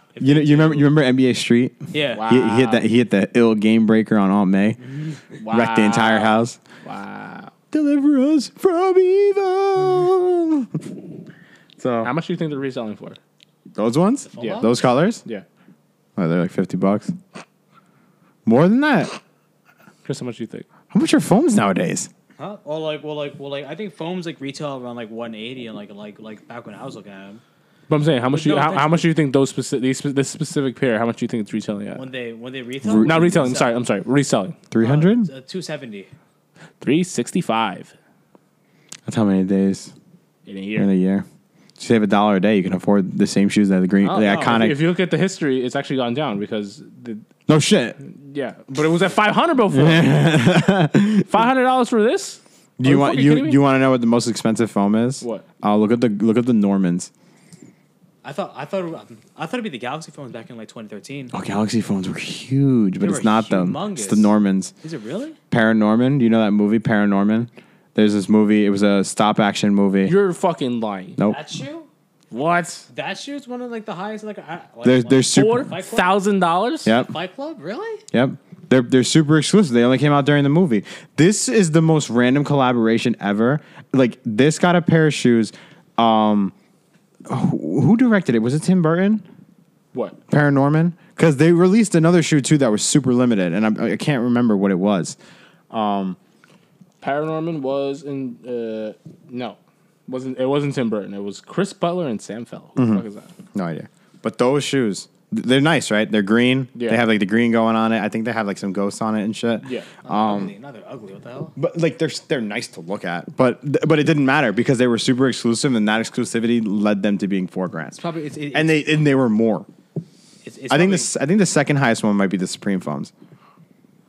S1: [laughs] Yo. you know, you remember you remember NBA Street?
S4: Yeah.
S3: Wow.
S1: He, he hit that he hit that ill game breaker on Aunt May. Wrecked the entire house.
S3: Wow.
S1: Deliver us from evil.
S3: How
S1: so
S3: much do you think they're reselling for?
S1: [laughs] those ones?
S3: Yeah.
S1: Those colors?
S3: Yeah.
S1: Oh, they're like 50 bucks. More than that.
S3: Chris, how much do you think?
S1: How much are phones nowadays?
S4: Huh? Or like, well, like, well, like, I think foams like retail around like 180, and like, like, like back when I was looking at them,
S3: But I'm saying, how much do you,
S4: no,
S3: how,
S4: thank
S3: how
S4: you.
S3: much do you think those specific these, spe- this specific pair? How much do you think it's retailing at?
S4: when they when they retail,
S1: Re-
S3: Not retailing. I'm
S4: Resell.
S3: sorry. I'm sorry. Reselling.
S1: 300?
S4: Uh, two seventy.
S3: Three sixty-five
S1: That's how many days
S3: in a
S1: in a
S3: year.
S1: year. Save a dollar a day, you can afford the same shoes that the green,
S3: Oh,
S1: the
S3: no,
S1: iconic.
S3: If, if you look at the history, it's actually gone down because the
S1: no shit. [laughs]
S3: yeah, but it was at five hundred before. five hundred dollars for this?
S1: Do
S3: Are
S1: you want
S3: fucking
S1: you
S3: kidding me?
S1: you want to know what the most expensive foam is?
S3: What?
S1: Uh, look at the look at the Normans.
S4: I thought I thought um, I thought it'd be the Galaxy phones back in like 2013.
S1: Oh, Galaxy phones were huge, but
S4: They
S1: it's
S4: were
S1: not them. It's the
S4: humongous.
S1: Normans.
S4: Is it really?
S1: Paranorman. Do you know that movie Paranorman? There's this movie. It was a stop action movie.
S3: You're fucking lying.
S1: nope.
S4: That shoe?
S3: What?
S4: That shoe is one of like the highest like. I, like
S1: They're they're
S3: Four
S1: super.
S3: thousand dollars?
S1: Yep.
S4: Fight Club, really?
S1: Yep. They're they're super exclusive. They only came out during the movie. This is the most random collaboration ever. Like this got a pair of shoes. Um, who, who directed it? Was it Tim Burton?
S3: What?
S1: Paranorman because they released another shoe too that was super limited, and I'm, I can't remember what it was.
S3: Paranorman was in uh no. Wasn't it wasn't Tim Burton. It was Chris Butler and Sam Fell.
S1: Mm-hmm.
S3: Who the fuck is that?
S1: No idea. But those shoes, th- they're nice, right? They're green.
S3: Yeah.
S1: They have like the green going on it. I think they have like some ghosts on it and shit.
S3: Yeah.
S4: Um, another ugly. What the hell?
S1: But like they're they're nice to look at. But th- but it didn't matter because they were super exclusive, and that exclusivity led them to being foreground.
S4: Probably it's, it,
S1: And they and they were more.
S4: It's, it's
S1: I think
S4: probably-
S1: this. I think the second highest one might be the Supreme foams.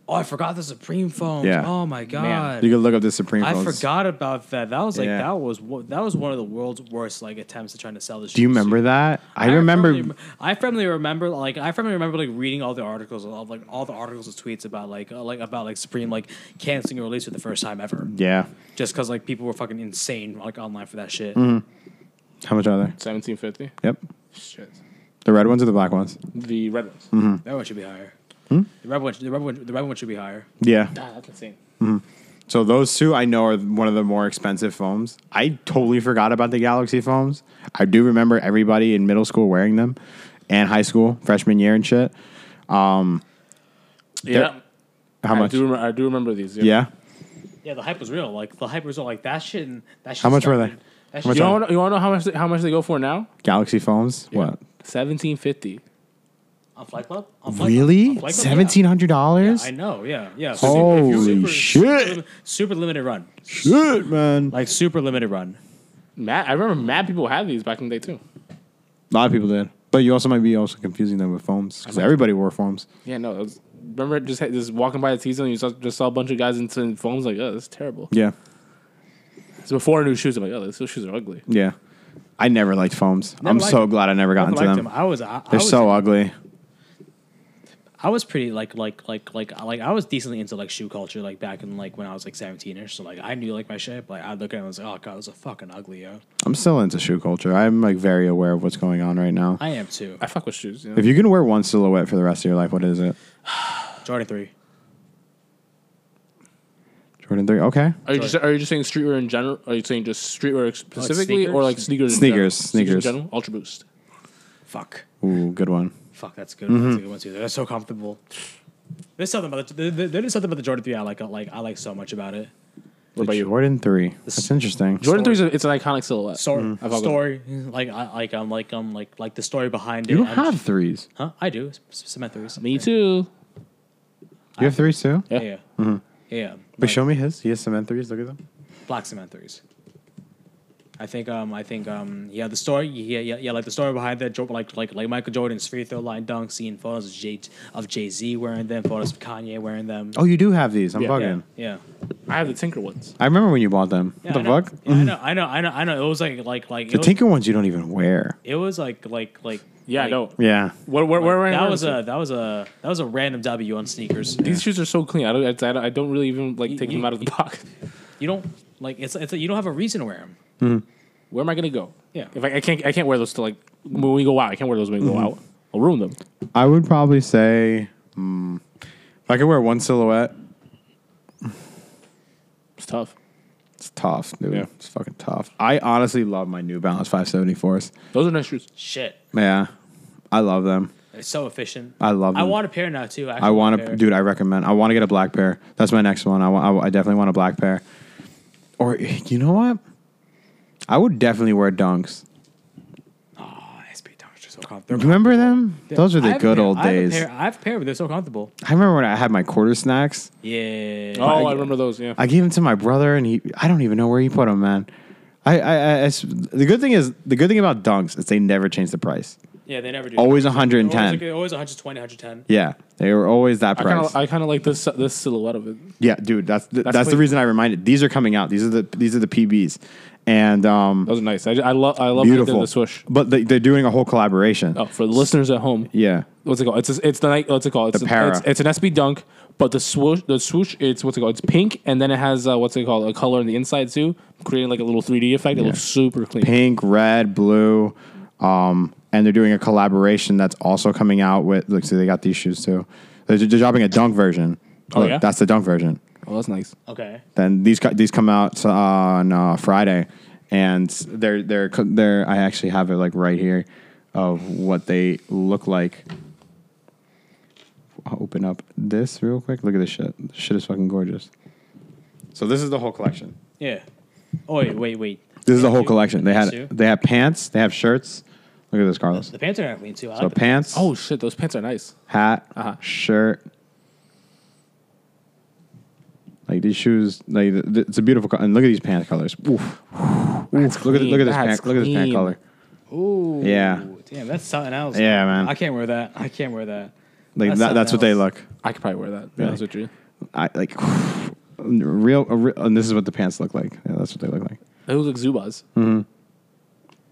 S4: Oh, I forgot the Supreme phones.
S1: Yeah.
S4: Oh my god.
S1: You can look up the Supreme.
S4: I
S1: foams.
S4: forgot about that. That was like
S1: Yeah.
S4: that was wo- that was one of the world's worst like attempts at trying to sell this.
S1: Do you remember that? I, remember.
S4: firmly rem- I firmly remember, like, I firmly remember, like, reading all the articles, of like, all the articles and tweets about, like, uh, like about, like, Supreme, like, canceling a release for the first time ever,
S1: yeah.
S4: just because, like, people were fucking insane, like, online for that shit.
S1: Mm-hmm. How much are they?
S3: Seventeen fifty?
S1: Yep.
S3: Shit.
S1: The red ones or the black ones?
S3: The red ones.
S1: Mm-hmm.
S4: That one should be higher.
S1: Hmm?
S4: The red one, the red one, the red one should be higher.
S1: Yeah.
S3: Ah, that's insane.
S1: So those two I know are one of the more expensive foams. I totally forgot about the Galaxy foams. I do remember everybody in middle school wearing them and high school, freshman year and shit.
S3: Yeah.
S1: How
S3: I
S1: much?
S3: do remember I do remember these.
S1: yeah.
S4: Yeah, the hype was real. Like, the hype was real. Like that shit. And that shit
S1: How much were they?
S4: started- That
S1: How
S4: shit
S1: much
S3: You want you want to know how much they, how much they go for now?
S1: Galaxy foams? What?
S3: Seventeen fifty.
S4: on Flight Club. On Flight Club? On
S1: Really?
S4: Flight Club? Yeah.
S1: Seventeen hundred dollars?
S4: I know. Yeah, yeah.
S1: Holy shit.
S4: Super, super limited run.
S1: Shit, man.
S4: Like super limited run.
S3: Mad I remember mad people had these back in the day too.
S1: A lot of people did. But you also might be also confusing them with foams because everybody wore foams.
S3: Yeah, no. It was, remember just had- just walking by the season and you saw, just saw a bunch of guys in, in phones like, oh, that's terrible.
S1: Yeah.
S3: It's before new shoes. I'm like, oh, those shoes are ugly.
S1: Yeah. I never liked foams. I'm
S4: liked
S1: so
S4: them.
S1: glad I never got
S4: I
S1: into
S4: liked
S1: them.
S4: them. I was. I, I
S1: They're
S4: was,
S1: so ugly.
S4: I was pretty like like like like like I was decently into like shoe culture like back in like when I was like seventeen ish. So like I knew like my shape. Like I'd look at it and I was like, oh god, those are fucking ugly, yo.
S1: I'm still into shoe culture. I'm like very aware of what's going on right now.
S4: I am too.
S3: I fuck with shoes. You know?
S1: If you can wear one silhouette for the rest of your life, what is it?
S4: Jordan three.
S1: Jordan three. Okay.
S3: Are you just are you just saying streetwear in general? Are you saying just streetwear
S4: Oh,
S3: specifically, or like sneakers? in general?
S1: Sneakers,
S3: in
S1: sneakers.
S3: general. Ultra Boost.
S4: Fuck.
S1: Ooh, good one.
S4: Fuck, that's good.
S3: Mm-hmm.
S4: That's a good one too. They're so comfortable. There's something about the there- there's something about the Jordan three I like. Like I like so much about it.
S1: What about you? Jordan three. That's interesting.
S3: Jordan three is a, it's an iconic silhouette.
S4: Story,
S3: Mm-hmm. I've all
S4: story, like I like I'm like I'm like like the story behind
S1: You
S4: it.
S1: don't
S4: I'm-
S1: have threes.
S4: huh? I do. S- Cement threes.
S3: Me too.
S1: You have threes too.
S4: Yeah. Yeah.
S3: Mm-hmm.
S4: yeah.
S1: But
S4: Like,
S1: show me his. He has cement threes. Look at them.
S4: black cement threes. I think um I think um yeah the story yeah yeah, yeah like the story behind that Jordan like like like Michael Jordan's free throw line dunk seeing photos of Jay of Jay Z wearing them photos of Kanye wearing them
S1: Oh, you do have these. I'm bugging.
S4: yeah yeah
S3: I have the Tinker ones.
S1: I remember when you bought them.
S4: Yeah,
S1: what
S4: I
S1: the
S4: know.
S1: fuck?
S4: Yeah, I know I know I know I know it was like like like
S1: The
S4: it was,
S1: Tinker ones you don't even wear.
S4: it was like like like
S3: Yeah,
S4: like,
S3: I know.
S1: Yeah.
S3: Where, where, where, where
S4: that was a that was a that was a random W on sneakers
S3: These shoes are so clean. I don't. I don't, I don't really even like take
S4: you-
S3: them out of the box. [laughs]
S4: you don't like it's it's you don't have a reason to wear them
S3: Where am I gonna go?
S4: Yeah.
S3: If I, I can't, I can't wear those to like when we go out. I can't wear those when we
S4: Mm-hmm.
S3: go out. I'll ruin them.
S1: I would probably say, hmm, if I could wear one silhouette,
S3: It's tough.
S1: it's tough, dude.
S3: Yeah.
S1: It's fucking tough. I honestly love my New Balance 574s.
S3: Those are nice shoes.
S4: shit
S1: Yeah. I love them.
S4: it's so efficient
S1: I love
S4: I
S1: them.
S4: want a pair now too actually
S1: I want
S4: a
S1: to,
S4: pair.
S1: dude. I recommend. I want to get a black pair. That's my next one. I want. I, wa- I definitely want a black pair. Or you know what? I would definitely wear Dunks.
S4: Ah, SB Dunks are so comfortable.
S1: Remember them? Those are
S4: I
S1: the
S4: have a
S1: good
S4: pair-
S1: old
S4: I have a
S1: days.
S4: pair- I have a pair, but they're so comfortable.
S1: I remember when I had my quarter snacks.
S4: Yeah.
S3: Oh, I, remember those. Yeah.
S1: I gave them to my brother, and he—I don't even know where he put them, man. I, I, I- I s- the good thing is the good thing about Dunks is they never change the price.
S4: Yeah, they never do.
S1: Always
S4: They're Always,
S1: 110.
S4: like, always 120, 110.
S1: Yeah, they were always that
S3: I kind
S1: price.
S3: of, I kind of like this, this silhouette of it.
S1: yeah, dude, that's the, that's, the
S3: clean.
S1: reason I reminded. These are coming out. These are the these are the PBs, and um,
S3: Those are nice. I, I love, I love that they're
S1: beautiful.
S3: the swoosh.
S1: But they, they're doing a whole collaboration.
S3: Oh, for the listeners at home,
S1: Yeah,
S3: what's it called? It's it's the Nike. What's it called? It's,
S1: The para.
S3: It's, it's an SB Dunk, but the swoosh, the swoosh, it's what's it called? It's pink, and then it has uh, what's it called? A color on the inside too, creating like a little 3D effect. It looks super clean.
S1: pink, red, blue, um, and they're doing a collaboration that's also coming out with. Look, see, they got these shoes too. They're, they're dropping a Dunk version.
S3: Oh,
S1: Look,
S3: yeah?
S1: that's the Dunk version.
S3: Oh, that's nice.
S4: Okay.
S1: Then these co- these come out uh, on uh, Friday, and they're they're co- they're. I actually have it like right here of what they look like. I'll open up this real quick. Look at this shit. This shit is fucking gorgeous. So this is the whole collection.
S4: Yeah. Oh, wait, wait, wait.
S1: This is the whole
S4: Two.
S1: collection. They had
S4: Two.
S1: they have pants. They have shirts. Look at this, Carlos.
S4: The pants are not clean, too. I
S1: So
S4: like the-
S1: pants.
S3: Oh shit, those pants are nice.
S1: hat,
S3: Uh-huh.
S1: shirt. Like these shoes, like th- th- it's a beautiful color. And look at these pant colors. Oof. Oof. Look at
S3: clean.
S1: look at this
S3: That's
S1: pant. Look at this pant
S3: clean.
S1: color.
S4: Ooh.
S1: Yeah.
S4: Damn, that's something else.
S1: Yeah, man.
S4: I can't wear that. I can't wear that.
S1: Like
S4: That's
S1: that, that's what
S4: something
S1: they
S4: else.
S1: look.
S3: I could probably wear that. to be
S1: Yeah.
S3: honest with you.
S1: I like [sighs] real, a re- and this is what the pants look like. Yeah, that's what they look like.
S3: They look like Zubas.
S1: Hmm.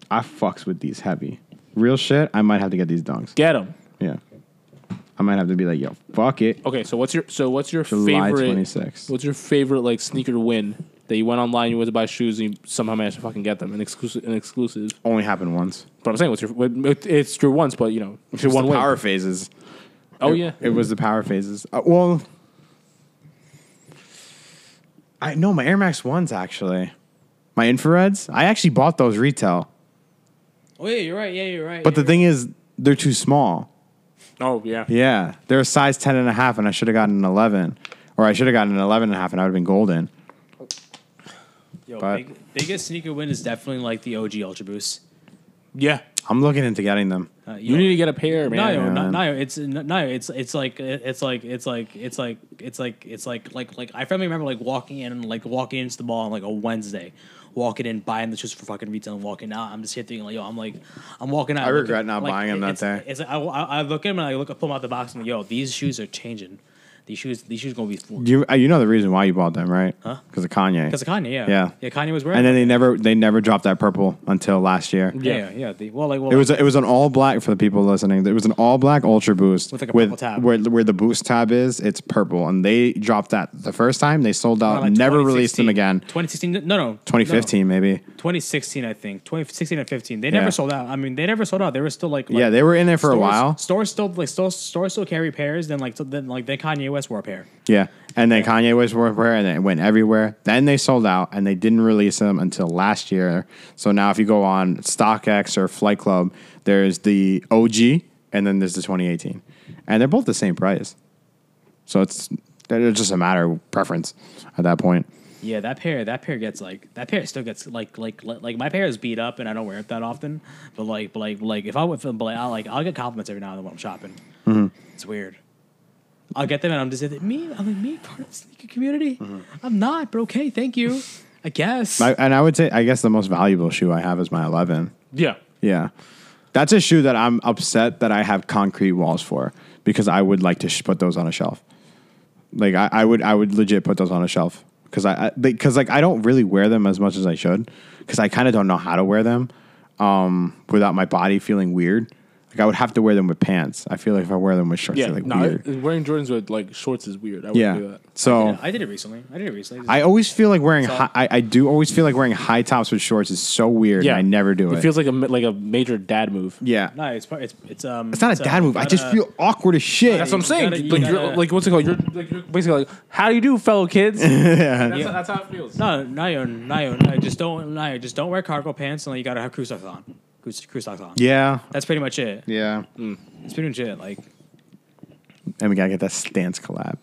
S1: I fucks with these heavy. Real shit. I might have to get these dunks.
S3: Get them.
S1: Yeah. I might have to be like, yo, fuck it.
S3: Okay, so what's your so what's your
S1: July
S3: Oh, favorite?
S1: 26th.
S3: What's your favorite like sneaker win that you went online, you went to buy shoes, and you somehow managed to fucking get them? An exclusive, an exclusive.
S1: Only happened once.
S3: But I'm saying, what's your? what- it- It's your once, but you know, it's your
S1: It's
S3: one
S1: the
S3: win.
S1: power phases.
S3: Oh yeah,
S1: It was the power phases. Uh, well, I no my Air Max ones actually. My infrareds. I actually bought those retail,
S4: Oh, yeah, you're right. Yeah, you're right.
S1: but
S4: yeah,
S1: the thing is, they're too small.
S3: oh yeah.
S1: Yeah, they're a size 10 and a half, and I should have gotten an eleven, or I should have gotten an eleven and a half, and I would have been golden.
S4: you're
S1: but-
S4: right. Yo, big, biggest sneaker win is definitely like the OG Ultra Boost.
S3: Yeah.
S1: I'm looking into getting them.
S4: Uh,
S3: You need to get a pair,
S4: No,
S3: man.
S4: yo, no,
S1: man.
S4: no, yo, it's no, yo, it's it's like it's like it's like it's like it's like it's like like like I firmly remember like walking in like walking into the mall on like a Wednesday, walking in buying the shoes for fucking retail and walking out. I'm just here thinking like yo, I'm like I'm walking
S1: I
S4: out. looking-
S1: regret not buying 'em that
S4: it's,
S1: day.
S4: It's like I, I, I look at them and I look I pull 'em out the box and I'm like yo, these shoes are changing. These shoes, these shoes gonna be because
S1: You uh, you know the reason why you bought them, right? Huh? Because of Kanye.
S4: of Kanye, yeah,
S1: Yeah.
S4: yeah. Kanye was wearing.
S1: and then they never they never dropped that purple until last year.
S4: them. yeah, yeah. the- well, like well,
S1: It was it was an all black for the people listening. It was an all black Ultra Boost
S4: With, like, a purple tab.
S1: where where the boost tab is. It's purple, and they dropped that the first time. They sold out.
S4: like
S1: never released them
S4: 2016.
S1: again.
S4: 2016, no, no, no,
S1: 2015 maybe.
S4: 2016, I think. 2016 and 15. They
S1: Yeah.
S4: never sold out. I mean, they never sold out. They were still like, like
S1: yeah, they were in there for a
S4: stores-
S1: while.
S4: Stores still like stores, stores still carry pairs. Then like so, then like then Kanye West wore a pair.
S1: Yeah. And then Kanye West wore a pair and it went everywhere. Then they sold out and they didn't release them until last year. So now if you go on StockX or Flight Club, there's the OG and then there's the 2018. And they're both the same price. So it's it's just a matter of preference at that point.
S4: Yeah, that pair, that pair gets like that pair still gets like like like, like my pair is beat up and I don't wear it that often. But like but like like if I would but like I like I'll get compliments every now and then when I'm shopping. It's weird. I'll get them and I'm just like, me. I'm like me part of the sneaker community. I'm not, but okay, thank you. I guess.
S1: I, and I would say I guess the most valuable shoe I have is my 11.
S3: Yeah.
S1: Yeah. That's a shoe that I'm upset that I have concrete walls for because I would like to sh- put those on a shelf. Like I, I would, I would legit put those on a shelf because I, because like I don't really wear them as much as I should because I kind of don't know how to wear them um, without my body feeling weird. Like I would have to wear them with pants. I feel like if I wear them with shorts,
S3: Yeah.
S1: they're like
S3: no,
S1: weird.
S3: I- wearing Jordans with like shorts is weird. I wouldn't do
S1: yeah.
S3: that.
S1: So
S4: I did it recently. I did it recently.
S1: I always feel like wearing. High, I, I do always feel like wearing high tops with shorts is so weird. and I never do it.
S3: It feels like a ma- like a major dad move.
S1: yeah.
S4: no, it's part. It's it's um.
S1: It's not a dad move. I just feel awkward as shit.
S3: uh, That's what I'm
S4: You
S3: saying.
S4: gotta- you
S3: like, you're,
S4: gotta-
S3: like what's it called? You're, like, you're basically like, how do you do,
S1: [laughs]
S3: fellow kids? That's, that's how it feels.
S4: No, no, no, no, no, just don't, no, just don't wear cargo pants unless you gotta have crew socks on. Crew, crew socks on.
S1: yeah.
S4: That's pretty much it.
S1: Yeah.
S4: That's pretty much it. Like,
S1: And we gotta get that stance collab,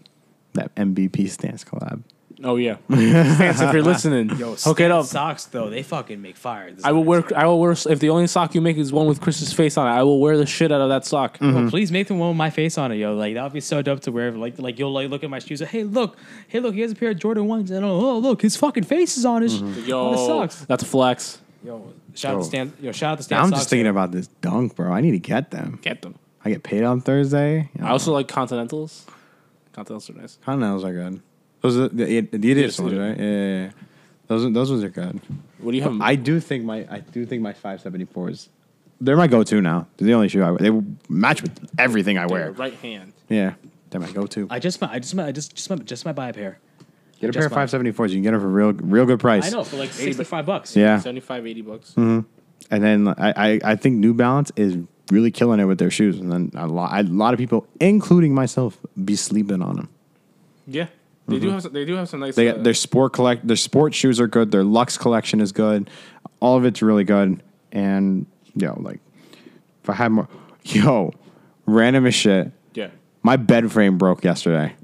S1: that MVP stance collab.
S3: Oh
S1: [laughs]
S3: yeah, Stance, if you're listening,
S4: yo,
S3: hook it up.
S4: Socks though, they fucking make fire. This-
S3: I will wear. I will wear. If the only sock you make is one with Chris's face on it, I will wear the shit out of that sock.
S1: Mm-hmm.
S4: Yo, please make them one with my face on it, yo. Like that would be so dope to wear. Like, like you'll like look at my shoes. Like, hey, look, hey, look, he has a pair of Jordan ones, and oh, look, his fucking face is on his. on his
S3: Yo,
S4: socks.
S3: that's a flex.
S4: Yo, shout
S1: Mm-hmm. Yo.
S4: out to Stan. Yo, shout out to Stan.
S1: Now I'm
S4: Socks,
S1: just thinking
S4: yo.
S1: about this dunk, bro. I need to get them.
S3: Get them.
S1: I get paid on Thursday. You know,
S3: I also like continentals. Continentals are nice.
S1: Continentals are good. Those are the, the, the idiots ones, right? Yeah, yeah, yeah. Those are- those ones are good.
S3: What do you have?
S1: I do think my I do think my 574s. They're my go-to now. They're the only shoe I wear. They match with everything I wear.
S3: right hand.
S1: Yeah, they're my go-to.
S4: I just, might- I just, might- I just, just, might- just might buy a pair.
S1: Get a pair of
S4: just mine.
S1: 574s. You can get them for real, real good price.
S4: I know for like sixty-five bucks.
S1: Yeah. Mm-hmm.
S3: 75, 80 bucks.
S1: And then I, I, I think New Balance is really killing it with their shoes. And then a lot, a lot of people, including myself, be sleeping on them.
S3: Yeah, they do have. Some, they do have some nice.
S1: Mm-hmm. They
S3: uh,
S1: their sport collect, their sport shoes are good. Their Lux collection is good. All of it's really good. And you know, like if I had more, [laughs] yo, random as shit.
S3: yeah.
S1: My bed frame broke yesterday.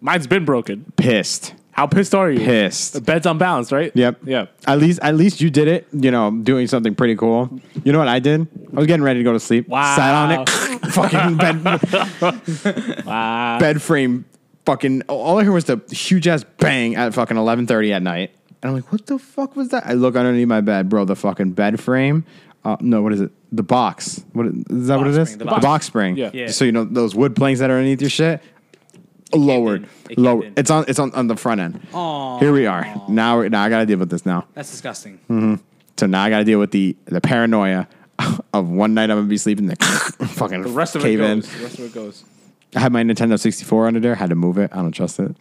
S3: Mine's been broken.
S1: Pissed,
S3: How pissed are you?
S1: pissed.
S3: The bed's unbalanced, right?
S1: Yep.
S3: Yeah.
S1: At least, at least you did it. You know, doing something pretty cool. You know what I did? I was getting ready to go to sleep.
S3: Wow.
S1: Sat on it. [laughs] fucking bed. [laughs] wow. Bed frame. Fucking. All I heard was the huge ass bang at fucking eleven thirty at night. And I'm like, what the fuck was that? I look underneath my bed, bro. The fucking bed frame. Uh, no, what is it? The box. What is is that? what it
S4: Box
S1: is?
S4: spring,
S1: the
S4: the
S1: box,
S4: box.
S1: spring.
S3: Yeah.
S4: Yeah.
S1: So you know those wood planks that are underneath your shit. Lowered,
S4: It caved
S1: lowered.
S4: in.
S1: It's on. It's on, on the front end. Here we are. Now, now I got to deal with this now.
S4: That's disgusting.
S1: Mm-hmm. So now I got to deal with the the paranoia [laughs] of one night I'm gonna be sleeping, the [laughs] fucking
S3: The rest of
S1: cave
S3: it
S1: in.
S3: goes. The rest of it goes.
S1: I had my Nintendo 64 under there. Had to move it. I don't trust it.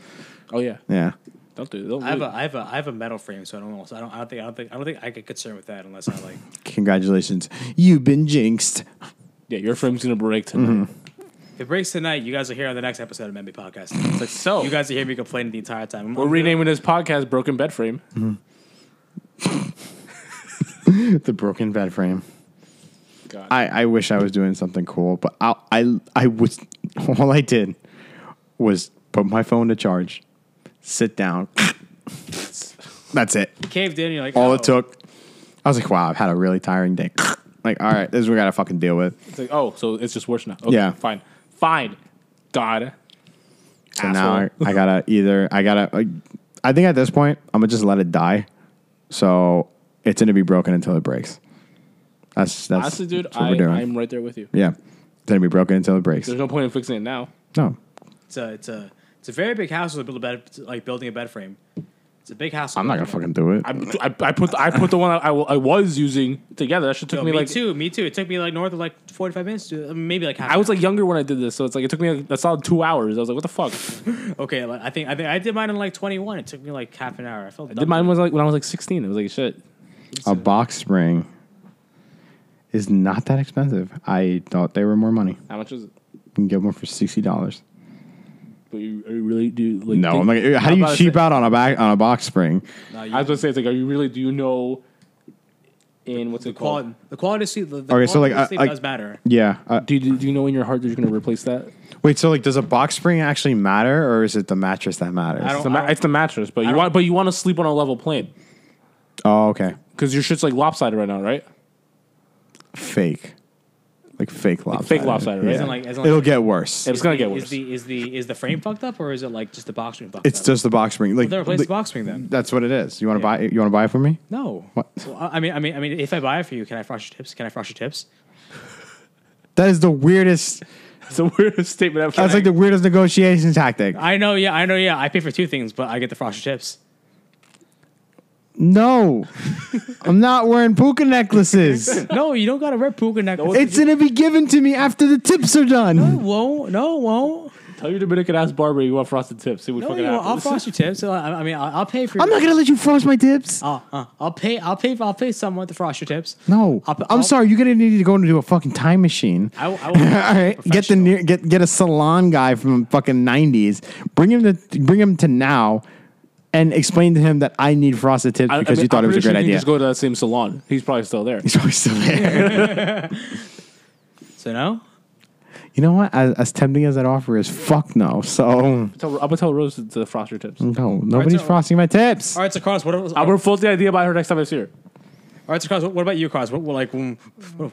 S3: Oh yeah.
S1: Yeah,
S3: Don't do. Don't
S4: I have
S3: do.
S4: a, I have a, I have a metal frame, so I don't, so I don't, I don't think, I don't think, I don't think I get concerned with that unless I like.
S1: congratulations, you've been jinxed.
S3: yeah, your frame's gonna break tonight.
S1: Mm-hmm.
S4: If it breaks tonight, you guys are here on the next episode of Memby Podcast. It's like
S3: So
S4: you guys are hearing me complaining the entire time. I'm-
S3: We're
S4: I'm-
S3: renaming this podcast "Broken Bed Frame."
S1: the broken bed frame.
S3: God.
S1: I, I wish I was doing something cool, but I I I was [laughs] all I did was put my phone to charge, sit down. [laughs] That's it.
S4: caved in. You're like
S1: All
S4: oh.
S1: it took. I was like, wow, I've had a really tiring day. [laughs] like, all right, this is what we gotta fucking deal with.
S3: It's like, oh, so it's just worse now. Okay,
S1: Yeah.
S3: Fine. Fine. God.
S1: So now
S3: Asshole.
S1: I, I gotta either I gotta I, I think at this point I'm gonna just let it die. So it's gonna be broken until it breaks. That's that's,
S3: Honestly, dude,
S1: that's what
S3: I,
S1: we're doing.
S3: I'm right there with you.
S1: yeah, it's gonna be broken until it breaks.
S3: There's no point in fixing it now.
S1: No,
S4: It's a, it's a, it's a very big house with a build a bed, like building a bed frame. It's a big house.
S1: I'm not gonna fucking do it.
S3: I, I, I put the, I put the one I, I was using together. That should took
S4: Yo,
S3: me
S4: me
S3: like
S4: too. Me too. It took me like north of like 45 minutes to uh, maybe like half.
S3: I was like younger when I did this, so it's like it took me like, a solid two hours. I was like, what the fuck?
S4: okay. Like, I think I think I did mine in like 21. It took me like half an hour. I felt
S3: Did mine was like when I was like 16. It was like shit.
S1: A box spring is not that expensive. I thought they were more money.
S3: How much is it?
S1: You can get one for sixty dollars.
S3: But you, are you really do like?
S1: No,
S3: think-
S1: I'm like, how do
S3: I'm
S1: you
S3: about to
S1: cheap
S3: say-
S1: out on a back on a box spring?
S4: Nah, you-
S3: I was gonna say it's like, are you really? Do you know? In what's it called?
S4: quality, the quality of sleep, the, the
S1: Okay, so,
S4: quality
S1: like,
S4: of sleep
S1: I- I-
S4: does matter.
S1: Yeah. Uh,
S3: Do you, do you know in your heart that you're gonna replace that?
S1: wait. So like, does a box spring actually matter, or is it the mattress that matters?
S4: I
S3: It's
S4: don't-
S3: the, ma- it's the mattress, but you
S4: don't-
S3: want but you want to sleep on a level plane
S1: Oh, okay.
S3: because your shit's like lopsided right now, right? [laughs]
S1: Fake. Like fake lopsided.
S3: fake lopsided, right?
S1: Yeah.
S4: Isn't like- isn't like-
S1: It'll get worse.
S3: It's gonna
S4: the,
S3: get worse.
S4: Is the is the is the frame fucked up or is it like just the box ring fucked
S1: It's
S4: up?
S1: just the box spring. Like
S4: Then replace
S1: the-
S4: the box ring then.
S1: That's what it is. You want to
S4: Yeah.
S1: buy? You want to buy it for me?
S4: No.
S1: What?
S4: Well, I I mean, I mean, I mean, if I buy it for you, can I frost your tips? Can I frost your tips?
S1: That is the weirdest.
S3: It's the weirdest [laughs] statement I've.
S1: That's like the weirdest negotiation tactic.
S4: I know, yeah, I know, yeah. I pay for two things, but I get the
S1: [laughs]
S4: frosted tips.
S1: No, [laughs] I'm not wearing puka
S4: [laughs]
S1: necklaces.
S4: No, you don't gotta wear puka necklace.
S1: It's gonna be given to me after the tips are done.
S4: won't. No, it won't.
S3: Tell your Dominican ass barber you want frosted tips. See what
S4: No,
S3: fucking
S4: you won't. I'll
S3: happens.
S4: frost your tips. So, I, I mean, I'll, I'll pay for.
S1: I'm not gonna let you frost my tips.
S4: I'll, uh, I'll pay. I'll pay. I'll pay someone to frost your tips.
S1: No, i
S4: I'll-
S1: am
S4: I'll-
S1: sorry. You're gonna need to go into a fucking time machine. [laughs]
S4: I, will- I
S1: All
S4: will.
S1: right, get the near, get get a salon guy from fucking '90s. Bring him to bring him to now, and explain to him that I need frosted tips
S3: I- I
S1: because
S3: mean,
S1: you thought
S3: I'm
S1: it was a great
S3: pretty sure you can
S1: idea.
S3: Just go to that same salon. He's probably still
S1: [laughs]
S3: there.
S1: He's always still there.
S4: So no.
S1: you know what? As, as tempting as that offer is, fuck no. So
S3: Tell- I'm gonna tell Rose to, to frost your tips.
S1: no, nobody's
S4: so-
S1: frosting my tips.
S4: All right, so Carlos, what? All
S3: I'll propose the idea by her next time I see her.
S4: right, so Carlos, what about you, Carlos? What, what like? mm, What,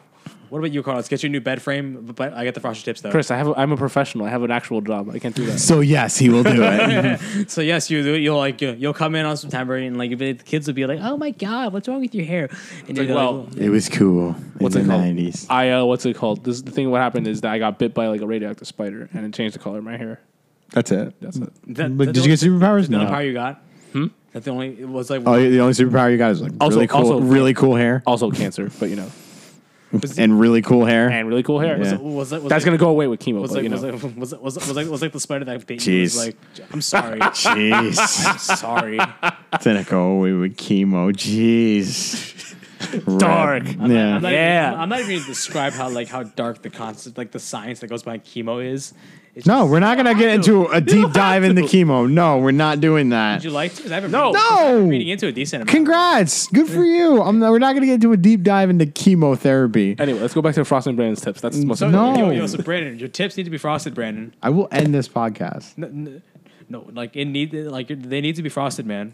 S4: what about you, Carlos? Get your new bed frame, but I get the frosted tips though.
S3: Chris, I have. A, I'm a professional. I have an actual job. I can't
S4: [laughs]
S3: do that.
S1: So yes, he will do it.
S4: So yes, you do. You'll like you'll, you'll come in on September, and like the kids will be like, "Oh my god, what's wrong with your hair?" And you're
S3: like, well,
S1: it was cool
S3: What's
S1: in
S3: it
S1: the
S3: called?
S1: '90s.
S3: I uh, what's it called? This the thing. What happened is that I got bit by like a radioactive spider, and it changed the color of my hair.
S1: That's it.
S3: That's it.
S4: that,
S1: Like,
S4: that
S1: did
S4: the
S1: you get superpowers?
S4: The
S1: No. Hmm?
S4: only power you got. That's the only. It was like.
S1: Oh, the only superpower you got is like
S3: Also-
S1: really cool,
S3: also-
S1: really cool hair
S3: Also cancer, but you know,
S1: and really cool hair.
S3: and really cool hair.
S1: Yeah.
S4: was that, was
S3: That's
S4: like,
S3: gonna go away with chemo.
S4: Was
S3: but,
S4: like,
S3: you know.
S4: was like, was like, was like, was like, was like the spider that bit you.
S1: Jeez.
S4: Was like,
S1: [laughs]
S4: I'm sorry.
S1: Jeez.
S3: [laughs]
S4: I'm sorry.
S1: Cynical. We would chemo. Jeez.
S3: [laughs] Dark.
S1: Rip.
S3: I'm
S1: Yeah.
S4: I'm not
S3: Yeah.
S4: Even, I'm not even going to describe how like how dark the concept, like the science that goes behind chemo is. It's
S1: no,
S4: just-
S1: we're not gonna get into
S3: [laughs]
S1: a deep
S3: have
S1: dive into
S3: to.
S1: chemo. No, we're not doing
S4: Would
S1: that.
S4: you like to? 'Cause I've been
S3: No.
S4: reading,
S1: No.
S4: I've been reading into a decent amount.
S1: Congrats. Good for you. I'm not, we're not gonna get into a deep dive into chemotherapy.
S3: Anyway, let's go back to Frost and Brandon's tips. That's most
S4: So,
S1: No.
S4: yo, yo, so Brandon, your tips need to be frosted, Brandon.
S1: I will end this podcast.
S4: No, no, no, like it need like they need to be frosted, man.